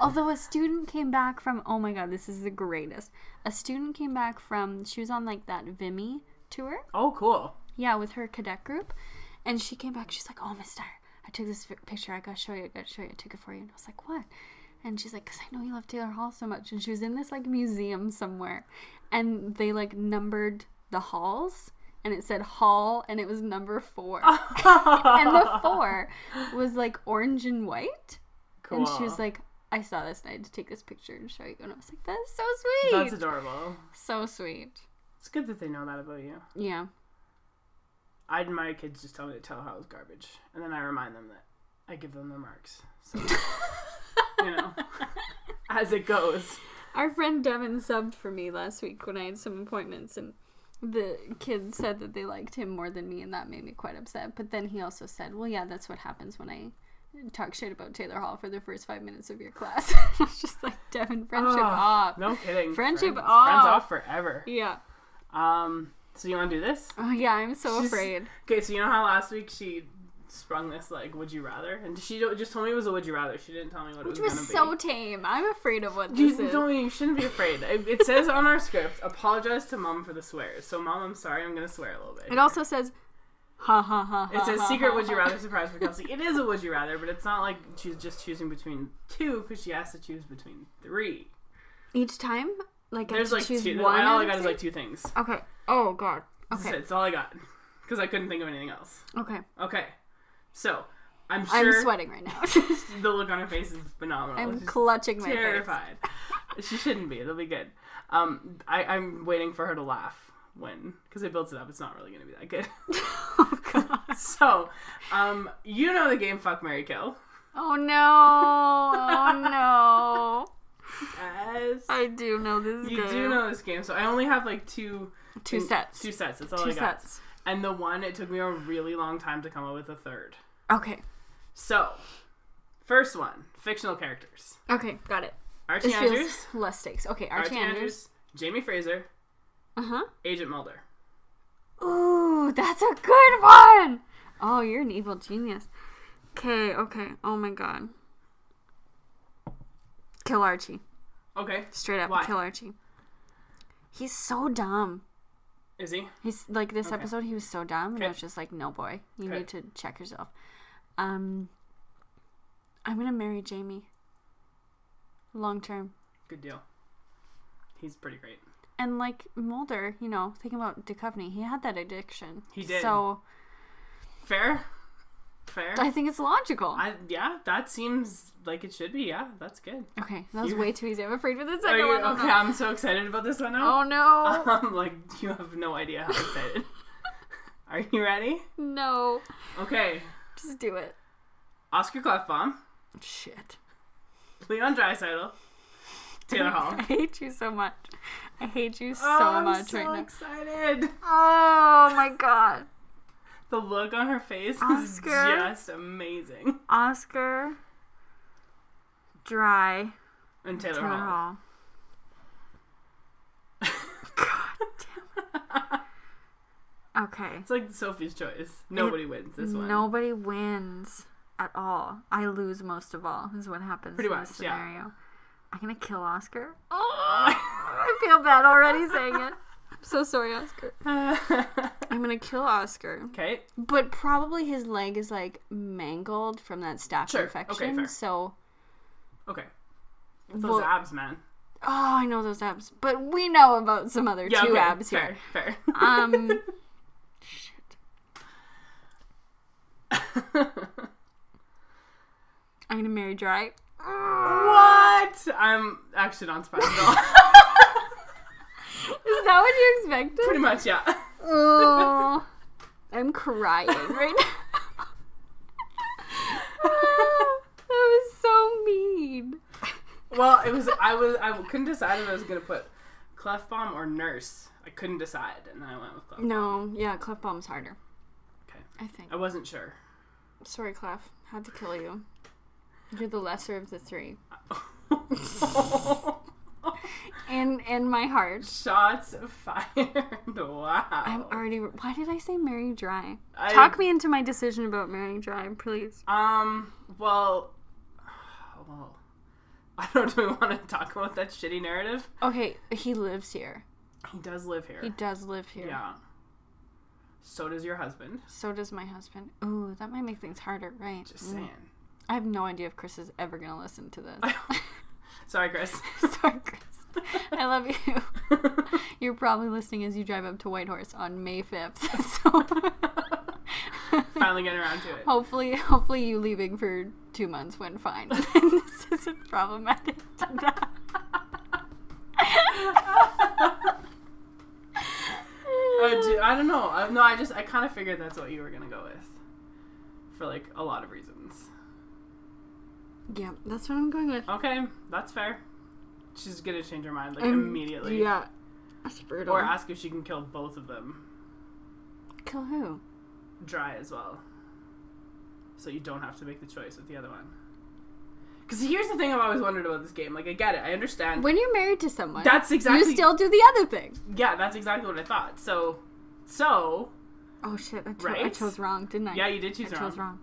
A: Although a student came back from, oh my god, this is the greatest. A student came back from, she was on like that Vimy tour.
B: oh, cool.
A: Yeah, with her cadet group. And she came back. She's like, oh, Miss Star, I took this fi- picture. I got to show you. I got to show you. I took it for you. And I was like, what? And she's like, because I know you love Taylor Hall so much. And she was in this like museum somewhere. And they like numbered the halls. And it said hall. And it was number four. and
B: [laughs]
A: the four was like orange and white.
B: Cool.
A: And she was like, I saw this and I had to take this picture and show you. And I was like, that's so sweet.
B: that's adorable.
A: so sweet.
B: It's good that they know that about you.
A: Yeah.
B: I my kids just tell me to tell how it's garbage, and then I remind them that I give them their marks.
A: [laughs]
B: So you know, as it goes.
A: Our friend Devin subbed for me last week when I had some appointments, and the kid said that they liked him more than me, and that made me quite upset. But then he also said, Well, yeah, that's what happens when I talk shit about Taylor Hall for the first five minutes of your class. [laughs] it's just like, Devin, friendship
B: Ah,
A: up.
B: No kidding.
A: Friendship
B: friends,
A: off.
B: Friends off forever.
A: Yeah.
B: Um. So you want to do this?
A: Oh, yeah, I'm so
B: She's-
A: afraid.
B: [laughs] Okay. So you know how last week she sprung this like "Would you rather," and she don't- just told me it was a "Would you rather." She didn't tell me what
A: Which
B: it was,
A: was
B: gonna
A: so
B: be.
A: tame. I'm afraid of what this
B: You
A: is.
B: don't. You shouldn't be afraid. It, it says on our script, "Apologize to mom for the swears." So, mom, I'm sorry. I'm gonna swear a little bit.
A: It also says, Ha ha ha.
B: It
A: ha,
B: says
A: ha,
B: secret
A: ha, [laughs]
B: would you
A: ha."
B: rather surprise for Kelsey. It is a would you rather, but it's not like she's just choosing between two because she has to choose between three.
A: Each time? Like,
B: There's
A: I have
B: like
A: to choose
B: two.
A: one. out
B: all I
A: of
B: got is
A: three?
B: like two things.
A: Okay. Oh, God.
B: That's
A: Okay.
B: it. It's all I got because I couldn't think of anything else.
A: Okay.
B: Okay, so I'm
A: I'm
B: sure
A: sweating right
B: [laughs]
A: now.
B: the look on her face is
A: [laughs]
B: phenomenal.
A: I'm
B: She's
A: clutching my face.
B: terrified. she shouldn't be. It'll be good. Um, I, I'm waiting for her to laugh when because I built it up. It's not really gonna be that good.
A: [laughs]
B: [laughs]
A: Oh, God.
B: so, um, you know the game Fuck Mary Kill.
A: oh no! Oh no!
B: Yes.
A: I do know this
B: You
A: game.
B: do know this game, so I only have like two
A: two sets.
B: Two sets. That's all
A: Two
B: I got.
A: sets.
B: And the one it took me a really long time to come up with a third.
A: Okay.
B: So, first one, fictional characters:
A: Okay. Got it.
B: Archie
A: This
B: Andrews,
A: feels less stakes. Okay. Archie,
B: Archie
A: Andrews.
B: Andrews, Jamie Fraser,
A: Uh
B: Agent Mulder.
A: huh. Uh-huh. Ooh, that's a good one. Oh, you're an evil genius. Okay. Okay. Oh my God. Kill Archie.
B: Okay,
A: Straight up.
B: Why?
A: Kill Archie. He's so dumb.
B: is he?
A: He's like this
B: Okay.
A: episode. He was so dumb, and I
B: Okay.
A: was just like, "No, boy, you
B: Okay.
A: need to check yourself." Um, I'm gonna marry Jamie. Long term,
B: Good deal. He's pretty great.
A: and like Mulder, you know, thinking about Duchovny, he had that addiction.
B: He did.
A: So
B: Fair, fair.
A: I think it's logical.
B: I, yeah, that seems like it should be. Yeah, that's good.
A: okay, that was
B: You-
A: way too easy. I'm afraid for the
B: Are
A: second
B: you
A: one. Oh,
B: okay?
A: no.
B: I'm so excited about this one now.
A: Oh no,
B: [laughs] I'm like, you have no idea how
A: [laughs]
B: excited. Are you ready?
A: no,
B: Okay.
A: just do it.
B: Oscar Clefbaum,
A: Shit,
B: Leon Dreisaitl, Taylor Hall.
A: I hate you so much. I hate you [laughs] so
B: Oh, I'm
A: much
B: so
A: right now.
B: excited.
A: Oh my god,
B: The look on her face
A: Oscar.
B: is just amazing.
A: Oscar. Dry.
B: And Taylor,
A: Taylor
B: Hall. [laughs]
A: Hall. God damn it. Okay.
B: [laughs] It's like Sophie's choice. Nobody wins this one.
A: Nobody wins at all. I lose most of all, is what happens
B: Pretty
A: in
B: much,
A: this
B: yeah.
A: Oh,
B: [laughs]
A: scenario. I'm going to kill Oscar. I feel bad already saying it. so sorry, Oscar. I'm gonna kill Oscar.
B: [laughs] okay.
A: But probably his leg is like mangled from that staph
B: Sure. Okay,
A: infection.
B: fair.
A: so,
B: Okay. Those
A: well,
B: abs, man.
A: oh, I know those abs, but we know about some other two
B: okay,
A: abs
B: fair,
A: here.
B: Fair.
A: Um, [laughs] shit. Uh. I'm gonna marry dry.
B: [laughs] what? I'm actually not surprised at all. [laughs]
A: Is that what you expected?
B: Pretty much, yeah.
A: Oh, [laughs] I'm crying right [laughs] now. Ah, that was so mean.
B: Well, it was. I was. I couldn't decide if I was gonna put cleft bomb or nurse. I couldn't decide, and then I went with cleft.
A: No, yeah, clef bomb's harder.
B: Okay.
A: I think.
B: I wasn't sure. [laughs]
A: Sorry, clef. Had to kill you. You're the lesser of the three. In in my heart,
B: Shots fired. Wow.
A: I'm already. Why did I say marry dry?
B: Oh. I-
A: Um, Talk me into my decision about marrying dry, please.
B: Um. Well. Well. I don't really want to talk about that shitty narrative.
A: Okay, he lives here.
B: He does live here.
A: He does live here.
B: yeah. So does your husband.
A: So does my husband. Ooh, that might make things harder, right?
B: Just saying.
A: I have no idea if Chris is ever gonna listen to this.
B: Sorry, Chris.
A: [laughs]
B: [laughs]
A: Sorry, Chris. I love you. [laughs] You're probably listening as you drive up to Whitehorse on May [laughs] 5th. So
B: Finally getting around to it.
A: hopefully, hopefully you leaving for two months went fine. [laughs] this isn't problematic. [laughs]
B: [laughs] Uh, do- I don't know. I, no, I just I kind of figured that's what you were gonna go with, for like a lot of reasons.
A: yeah, that's what I'm going with.
B: Okay, that's fair. She's gonna change her mind like
A: Um,
B: immediately,
A: Yeah. That's brutal.
B: or ask if she can kill both of them
A: Kill who?
B: dry as well, so you don't have to make the choice with the other one. Because here's the thing I've always wondered about this game. Like I get it, I understand.
A: When you're married to someone,
B: that's exactly
A: you still do the other thing.
B: yeah. That's exactly what I thought. So, so
A: Oh shit, I, cho- I
B: Right?
A: chose wrong, didn't I?
B: yeah, you did
A: I
B: choose
A: chose
B: wrong.
A: wrong.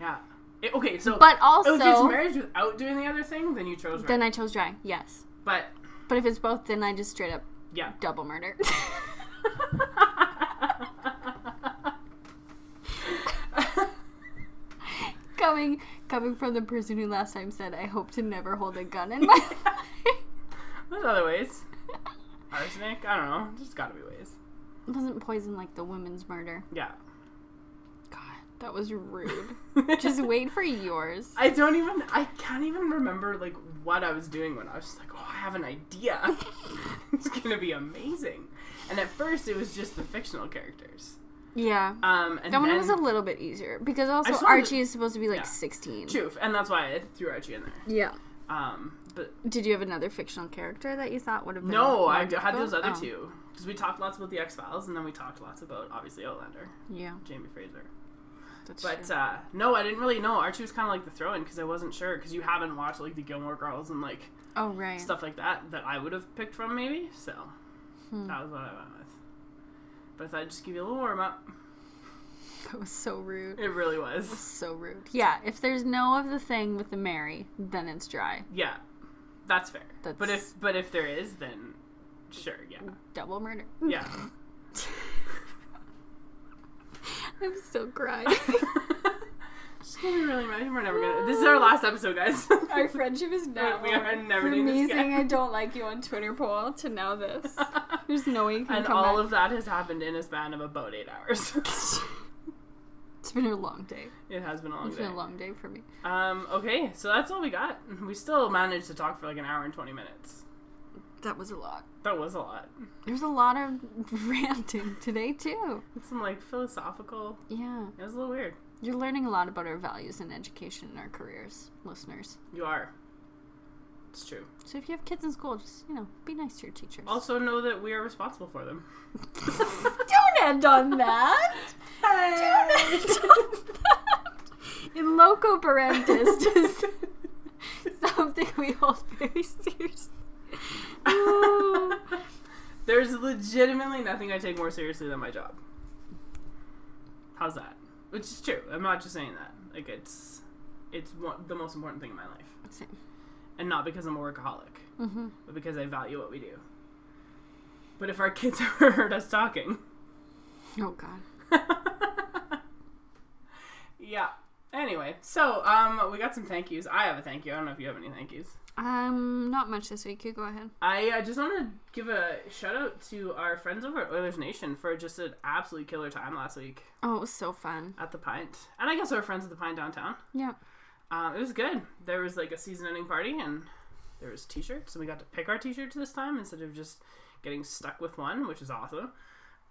B: Yeah. It- okay, so
A: But also,
B: if it's marriage without doing the other thing, then you chose right.
A: then I chose dry. Yes.
B: but
A: But if it's both, then I just straight up
B: yeah.
A: double murder. [laughs] coming coming from the person who last time said, "I hope to never hold a gun
B: [laughs]
A: in my life." [laughs]
B: There's other ways. Arsenic? I don't know. There's gotta be ways.
A: It wasn't poison like the women's murder.
B: Yeah.
A: God, that was rude.
B: [laughs]
A: Just wait for yours.
B: I don't even. I can't even remember like what I was doing when I was just like, oh, I have an idea. [laughs] it's gonna be amazing. And at first, it was just the fictional characters.
A: Yeah.
B: Um, and
A: That one
B: then
A: was a little bit easier because also
B: saw
A: Archie
B: the-
A: is supposed to be like
B: Yeah.
A: 16.
B: Truth, and that's why I threw Archie in there.
A: Yeah.
B: Um, but
A: Did you have another fictional character that you thought would have been
B: no,
A: more
B: I d- had
A: difficult?
B: those other
A: Oh,
B: two because we talked lots about the X Files, and then we talked lots about obviously Outlander,
A: Oh, Yeah.
B: Jamie Fraser.
A: That's
B: But
A: true.
B: uh, no, I didn't really know. Archie was kind of like the throw in because I wasn't sure because you haven't watched like the Gilmore Girls and like
A: oh right.
B: stuff like that that I would have picked from maybe. So
A: Hmm.
B: that was what I went with. But I thought I'd just give you a little warm up.
A: That was so rude.
B: It
A: [laughs]
B: really was.
A: So rude. Yeah, if there's no of the thing with the Mary, then it's dry.
B: Yeah, that's fair. But
A: That's-
B: if but if there is, then sure, yeah,
A: [laughs] Double murder. [laughs]
B: yeah. [laughs]
A: I'm still
B: [laughs]
A: crying.
B: She's gonna be really mad. We're never gonna. This is our last episode,
A: [laughs]
B: guys. [laughs]
A: Our friendship is now
B: We are
A: over.
B: never
A: From
B: doing
A: me
B: this
A: saying
B: [laughs] again.
A: I don't like you on Twitter poll to now
B: [laughs]
A: this. There's no way you [laughs] can
B: and
A: come [laughs]
B: all
A: back.
B: of that has happened in a span of about eight hours. [laughs]
A: it's been a long day.
B: it has been a long
A: It's
B: day.
A: been a long day for me.
B: Um, okay, so that's all we got. We still managed to talk for like an hour and 20 minutes.
A: That was a lot.
B: That was a lot.
A: There's a lot of [laughs] ranting today too.
B: Some like philosophical.
A: Yeah.
B: It was a little weird.
A: You're learning a lot about our values in education and our careers, listeners.
B: You are. It's true.
A: So if you have kids in school, just, you know, be nice to your teachers.
B: Also, know that we are responsible for them.
A: [laughs] Don't end on that. Don't end on that. In loco parentis is something we hold very seriously. Ooh.
B: [laughs] There's legitimately nothing I take more seriously than my job. How's that? Which is true. I'm not just saying that. Like, it's. It's one, the most important thing in my life.
A: Same.
B: And not because I'm a workaholic,
A: Mhm.
B: but because I value what we do. But if our [laughs] kids ever heard us talking.
A: Oh God.
B: yeah. Anyway, so um, we got some thank yous. I have a thank you. I don't know if you have any thank yous.
A: Um, not much this week. You go ahead.
B: I uh, just want to give a shout out to our friends over at Oilers Nation for just an absolute killer time last week
A: Oh, it was so fun.
B: at the Pint, and I guess our friends at the Pint downtown.
A: Yeah.
B: Um, it was good. There was like a season-ending party, and there was t-shirts, and we got to pick our t-shirts this time instead of just getting stuck with one, which is awesome.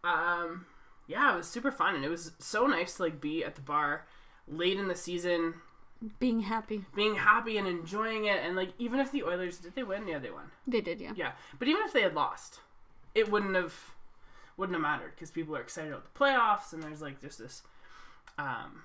B: Um, yeah, it was super fun, and it was so nice to like be at the bar late in the season,
A: Being happy.
B: being happy and enjoying it, and like even if the Oilers did they win? Yeah, they won.
A: They did, yeah.
B: Yeah, but even if they had lost, it wouldn't have wouldn't have mattered because people are excited about the playoffs, and there's like there's this um,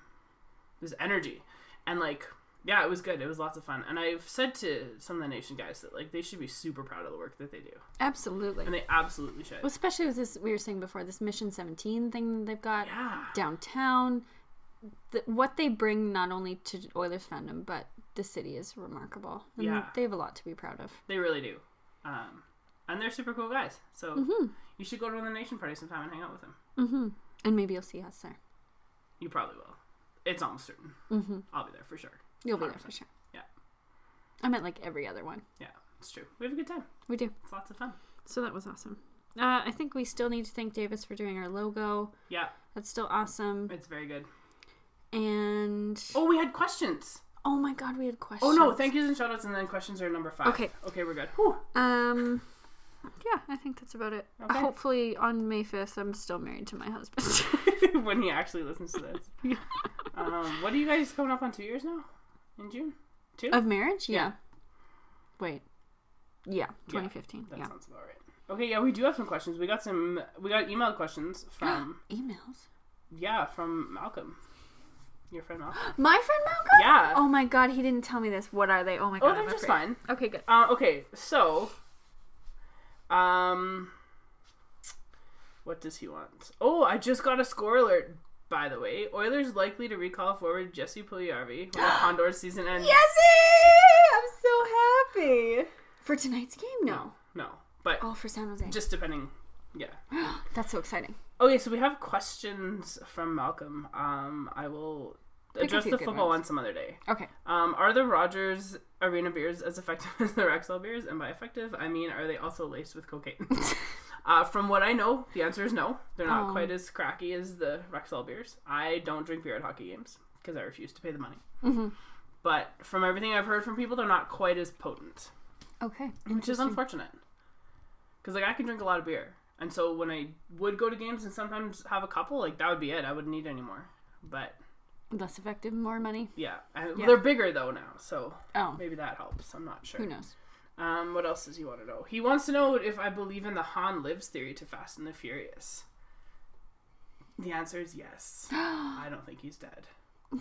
B: this energy, and like yeah, it was good. It was lots of fun, and I've said to some of the Nation guys that like they should be super proud of the work that they do,
A: Absolutely.
B: and they absolutely should.
A: Well, especially with this we were saying before this Mission Seventeen thing that they've got
B: yeah,
A: downtown. The, what they bring not only to Oilers fandom but the city is remarkable. And
B: Yeah.
A: they have a lot to be proud of.
B: they really do, um, and they're super cool guys. So you should go to the Nation party sometime and hang out with them.
A: Mm-hmm. And maybe you'll see us there.
B: You probably will. It's almost certain. I'll be there for sure.
A: Mm-hmm. You'll be there for sure.
B: Yeah.
A: I meant like every other one.
B: Yeah, it's true. We have a good time.
A: We do.
B: It's lots of fun.
A: So that was awesome. Uh, I think we still need to thank Davis for doing our logo.
B: Yeah,
A: That's still awesome.
B: it's very good.
A: And
B: Oh, we had questions.
A: oh my god, we had questions.
B: Oh no, thank yous and shout outs, and then questions are number five.
A: Okay.
B: Okay, we're good. Whew. [laughs]
A: Um, yeah, I think that's about it.
B: Okay.
A: Hopefully, on May fifth, I'm still married to my husband. [laughs]
B: when he actually listens to this.
A: Yeah.
B: Um, what are you guys coming up on two years now? In June? Two?
A: of marriage, yeah.
B: Yeah.
A: Wait, yeah, 2015.
B: that
A: Yeah,
B: sounds about right. Okay, yeah, we do have some questions. We got some we got email questions from
A: [gasps] emails.
B: yeah, from Malcolm. Your
A: [gasps]
B: friend Malcolm.
A: My friend Malcolm.
B: Yeah.
A: Oh my god, he didn't tell me this. What are they? Oh my god.
B: Oh, they're
A: I'm
B: just
A: afraid.
B: fine.
A: Okay, good.
B: Uh, okay, so um what does he want? Oh, I just got a score alert, by the way. Oilers likely to recall forward Jesse Pugliarvi
A: [gasps]
B: when the Condors season ends.
A: Jesse, I'm so happy for tonight's game. No,
B: No. But
A: oh, for San Jose.
B: just depending yeah.
A: That's so exciting.
B: Okay, so we have questions from Malcolm. Um I will address
A: few
B: the
A: good
B: football
A: ones.
B: one some other day.
A: Okay.
B: Um, are the Rogers Arena beers as effective [laughs] as the Rexall beers? And by effective, I mean are they also laced with cocaine? [laughs] uh, from what I know, the answer is no. They're not
A: Oh.
B: quite as cracky as the Rexall beers. I don't drink beer at hockey games because I refuse to pay the money.
A: Mm-hmm.
B: But from everything I've heard from people, they're not quite as potent,
A: Okay.
B: which is unfortunate. Because like I can drink a lot of beer, and so when I would go to games and sometimes have a couple, like that would be it. I wouldn't need any more. But
A: Less effective, more money.
B: yeah, I,
A: Yeah.
B: they're bigger though now, so
A: Oh,
B: Maybe that helps. I'm not sure.
A: who knows?
B: Um, what else does he want to know? He wants to know if I believe in the Han lives theory to Fast and the Furious. The answer
A: [gasps]
B: is yes. I don't think he's dead.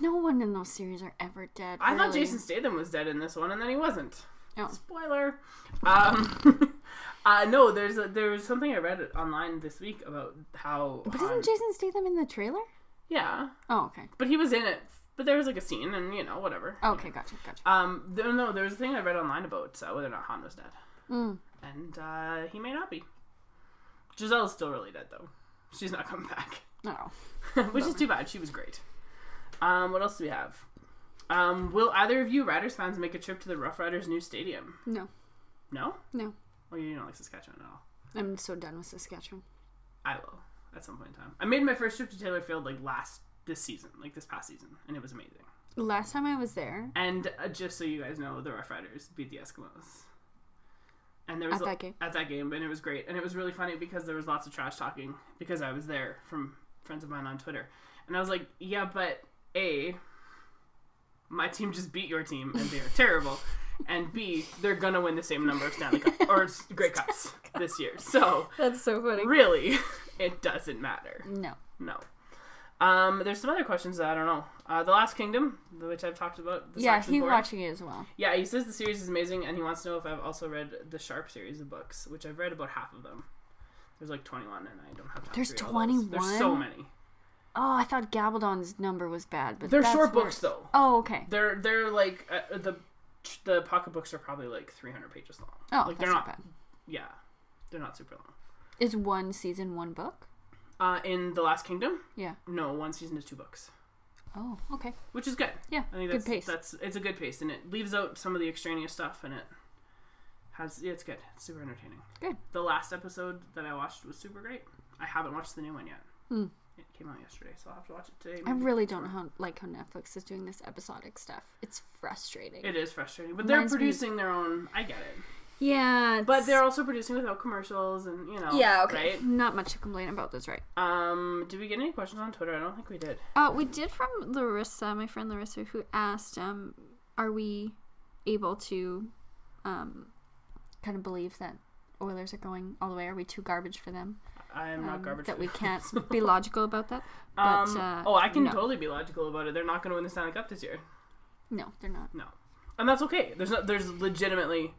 A: No one in those series are ever dead.
B: I thought
A: really.
B: Jason Statham was dead in this one, and then he wasn't.
A: Oh.
B: Spoiler. Um, [laughs] uh, no, there's a, there was something I read online this week about how.
A: But
B: Han-
A: isn't Jason Statham in the trailer?
B: yeah,
A: Oh, okay.
B: but he was in it. But there was like a scene, and you know, whatever.
A: Okay, gotcha, gotcha.
B: Um, there, no, there was a thing I read online about uh, whether or not Han was dead.
A: Mm.
B: And uh, he may not be. Giselle's still really dead, though. She's not coming back, [laughs]
A: Oh, No.
B: which is too bad. She was great. Um, what else do we have? Um, will either of you Riders fans make a trip to the Rough Riders new stadium?
A: No.
B: No?
A: No.
B: Oh, you don't like Saskatchewan at all.
A: I'm so done with Saskatchewan.
B: I will at some point in time. I made my first trip to Taylor Field like last this season, like this past season, and it was amazing.
A: Last time I was there
B: And uh, just so you guys know, the Rough Riders beat the Eskimos. And there was
A: at that game,
B: at that game, and it was great. And it was really funny because there was lots of trash talking because I was there from friends of mine on Twitter. And I was like, yeah, but A, my team just beat your team, and
A: [laughs]
B: they're terrible. And B, they're going to win the same number of Stanley Cup
A: [laughs]
B: or s- Grey Cups this year. So,
A: that's so funny.
B: really, [laughs] it doesn't matter.
A: No.
B: No. Um, there's some other questions that I don't know. Uh, the Last Kingdom, which I've talked about. The
A: yeah,
B: Saxon
A: he's
B: Board.
A: watching it as well.
B: Yeah, he says the series is amazing, and he wants to know if I've also read the Sharp series of books, which I've read about half of them. There's like 21, and I don't have time.
A: There's
B: to read all those. There's so
A: 21?
B: many.
A: Oh, I thought Gabaldon's number was bad, but
B: They're
A: that's
B: short
A: worse.
B: books, though.
A: Oh, okay.
B: They're they're like uh, the the pocketbooks are probably like 300 pages long.
A: Oh,
B: like
A: that's
B: they're
A: not
B: not.
A: bad.
B: Yeah, they're not super long.
A: Is one season one book?
B: Uh, in The Last Kingdom,
A: Yeah.
B: no, one season is two books,
A: Oh, okay.
B: which is good.
A: Yeah.
B: I think
A: good
B: that's
A: pace.
B: that's it's a good pace, and it leaves out some of the extraneous stuff, and it has yeah, it's good. It's super entertaining.
A: Good.
B: The last episode that I watched was super great. I haven't watched the new one yet.
A: Hmm.
B: It came out yesterday, so I'll have to watch it today.
A: I
B: maybe.
A: really don't know how, like how Netflix is doing this episodic stuff. It's frustrating.
B: It is frustrating, but they're
A: Reminds me-
B: producing their own. I get it,
A: yeah.
B: but
A: it's-
B: they're also producing without commercials, and you know.
D: Yeah, okay.
B: Right?
A: not much to complain about. That's right.
B: Um, did we get any questions on Twitter? I don't think we did.
A: Uh, we did from Larissa, my friend Larissa, who asked, um, "Are we able to, um, kind of believe that Oilers are going all the way? Are we too garbage for them?
B: I am not
A: Um,
B: garbage.
A: that
B: for
A: we
B: this.
A: can't
B: [laughs]
A: be logical about that. But
B: Um,
A: uh,
B: oh, I can
A: no.
B: totally be logical about it. They're not going to win the Stanley Cup this year,
A: No, they're
B: [laughs]
A: not.
B: and that's okay. There's not. There's legitimately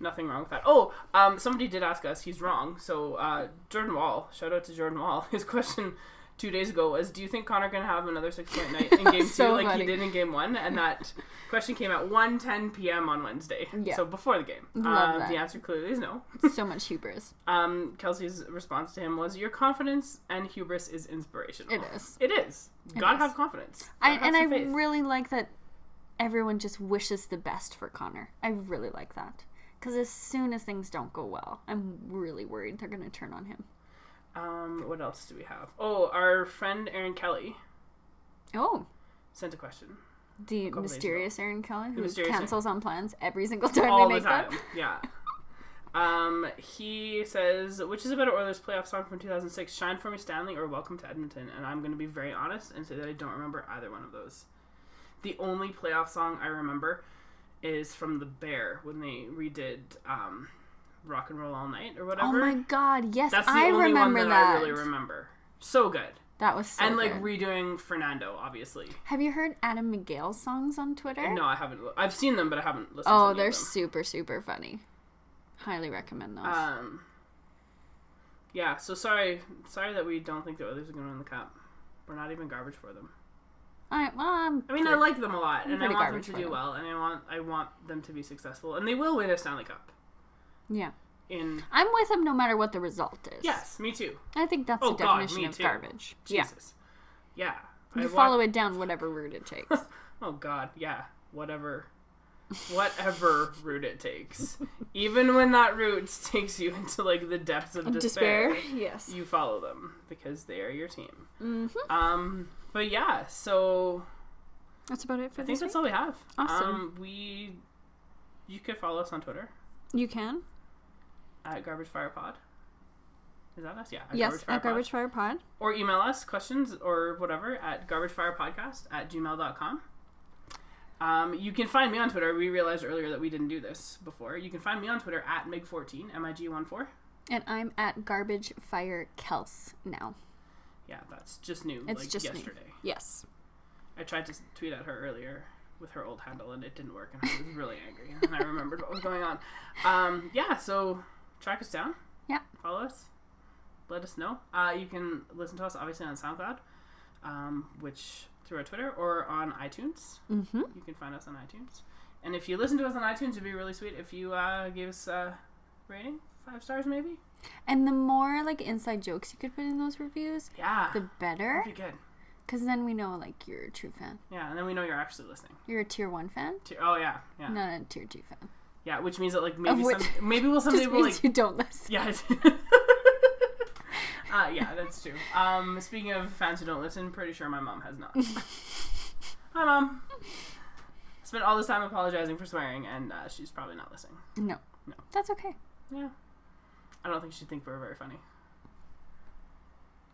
B: nothing wrong with that. Oh, um, somebody did ask us. He's wrong. So uh, Jordan Wall. Shout out to Jordan Wall. [laughs] His question two days ago was, "Do you think Connor can have another six point
A: [laughs]
B: night in Game
A: So
B: Two like
A: funny.
B: he did in Game One?" And that question came at 1.10 p.m. on Wednesday.
A: Yeah.
B: So before the game.
A: Love
B: um,
A: that.
B: The answer clearly is no.
A: so much hubris.
B: Um, Kelsey's response to him was, "Your confidence and hubris is inspirational."
A: It is.
B: It is. Gotta
A: is.
B: have confidence.
A: I,
B: Gotta have
A: and I
B: some faith.
A: really like that everyone just wishes the best for Connor. I really like that. Because as soon as things don't go well, I'm really worried they're going to turn on him.
B: Um, what else do we have? Oh, our friend Aaron Kelly
A: Oh,
B: sent a question.
A: the
B: couple days
A: mysterious Aaron Kelly who
B: mysterious
A: cancels on plans every single [laughs] time
B: All
A: they
B: the
A: make
B: time.
A: them.
B: Yeah. Um, he says, which is a better Oilers playoff song from 2006, Shine For Me Stanley or Welcome to Edmonton? And I'm going to be very honest and say that I don't remember either one of those. The only playoff song I remember is from The Bear when they redid um, Rock and Roll All Night or whatever.
A: Oh my god, yes,
B: That's the
A: I
B: only
A: remember
B: one that,
A: that.
B: I really remember. So good.
A: That was so
B: and like
A: good.
B: redoing Fernando, obviously.
A: Have you heard Adam McGill's songs on Twitter?
B: No, I haven't. li- I've seen them, but I haven't listened.
A: Oh,
B: to any
A: they're
B: of them.
A: super, super funny. Highly recommend those.
B: Um, yeah. So sorry, sorry that we don't think the others are going to win the cup. We're not even garbage for them.
A: I, well, I'm
B: I mean, I like them a lot, and I
A: pretty
B: want them
A: garbage
B: to
A: for
B: do
A: them.
B: well, and I want I want them to be successful, and they will win a Stanley Cup.
A: Yeah.
B: In
A: I'm with him no matter what the result is.
B: yes, me too.
A: I think that's
B: Oh,
A: the
B: God,
A: definition
B: me
A: of
B: too.
A: garbage.
B: Jesus. Yeah.
A: Yeah.
B: I
A: You
B: walk-
A: follow it down whatever route it
B: [laughs]
A: takes.
B: Oh God, yeah. Whatever, whatever route it takes, even when that route takes you [laughs] into like the depths of
A: Despair.
B: despair,
A: Yes.
B: you follow them because they are your team.
A: hmm
B: Um, but yeah, so
A: That's about it for
B: I think
A: this
B: that's
A: week.
B: all we have.
A: Awesome.
B: Um, we, you could follow us on Twitter
A: You can.
B: at Garbage Fire Pod. Is that us? Yeah.
A: yes, at
B: Pod.
A: Garbage Fire Pod.
B: Or email us questions or whatever at garbagefirepodcast at gmail.com. Um, you can find me on Twitter. We realized earlier that we didn't do this before. You can find me on Twitter at MIG14, M I G 1 4.
A: And I'm at Garbage Fire Kels now.
B: Yeah, that's just new.
A: It's
B: like
A: just new.
B: yesterday.
A: Yes.
B: I tried to s- tweet at her earlier with her old handle, and it didn't work, and I was really angry. And I remembered what was going on. Um, yeah, so track us down.
A: Yeah.
B: Follow us. Let us know. Uh, you can listen to us obviously on SoundCloud, um, which through our Twitter or on iTunes.
A: Mm-hmm.
B: You can find us on iTunes. And if you listen to us on iTunes, it'd be really sweet if you uh, gave us a rating, five stars maybe.
A: And the more like inside jokes you could put in those reviews,
B: Yeah,
A: the better.
B: that'd be good.
A: Because then we know like you're a true fan.
B: Yeah, and then we know you're actually listening.
A: You're a tier one fan,
B: Tier- Oh yeah, yeah,
A: not a tier two fan.
B: yeah. Which means that like maybe
A: which-
B: some, maybe we'll someday
A: Just
B: we'll
A: means
B: like
A: you don't listen.
B: Yeah. [laughs] uh, yeah, that's true. Um, speaking of fans who don't listen, pretty sure my mom
A: [laughs]
B: has not. Hi, mom. Spent all this time apologizing for swearing, and uh, she's probably not listening.
A: No.
B: No.
A: That's okay.
B: Yeah. I don't think she'd think we're very funny.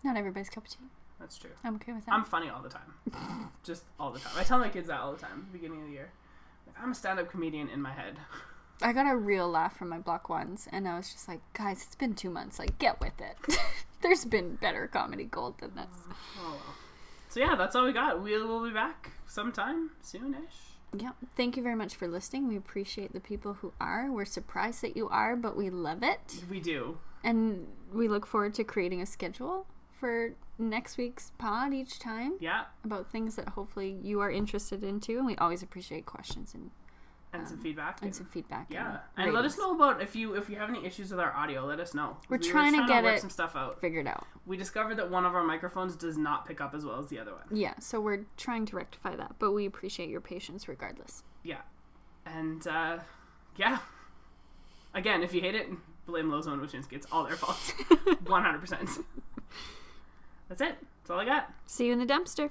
A: Not everybody's cup of tea.
B: That's true.
A: I'm okay with that.
B: I'm funny all the time.
A: [laughs]
B: Just all the time. I tell my kids that all the time, at the beginning of the year. Like, I'm a stand up comedian in my head.
A: I got a real laugh from my block ones, and I was just like, guys, it's been two months. Like, get with it. [laughs] There's been better comedy gold than this.
B: Oh, well. So, yeah, that's all we got. We will be back sometime soonish.
A: Yeah. Thank you very much for listening. We appreciate the people who are. We're surprised that you are, but we love it.
B: We do.
A: And we look forward to creating a schedule for next week's pod each time
B: Yeah.
A: about things that hopefully you are interested in too. And we always appreciate questions and
B: and some feedback.
A: Um, and some feedback.
B: yeah, and let
A: ratings.
B: us know about if you if you have any issues with our audio. Let us know.
A: We're
B: We were
A: trying to get
B: work
A: it-
B: some stuff out.
A: Figure it out.
B: We discovered that one of our microphones does not pick up as well as the other one.
A: Yeah, so we're trying to rectify that, but we appreciate your patience regardless.
B: Yeah, and uh, yeah. Again, if you hate it, blame Lozo and Wyszynski. It's all
A: [laughs]
B: their fault. One hundred percent. That's it. That's all I got.
A: See you in the dumpster.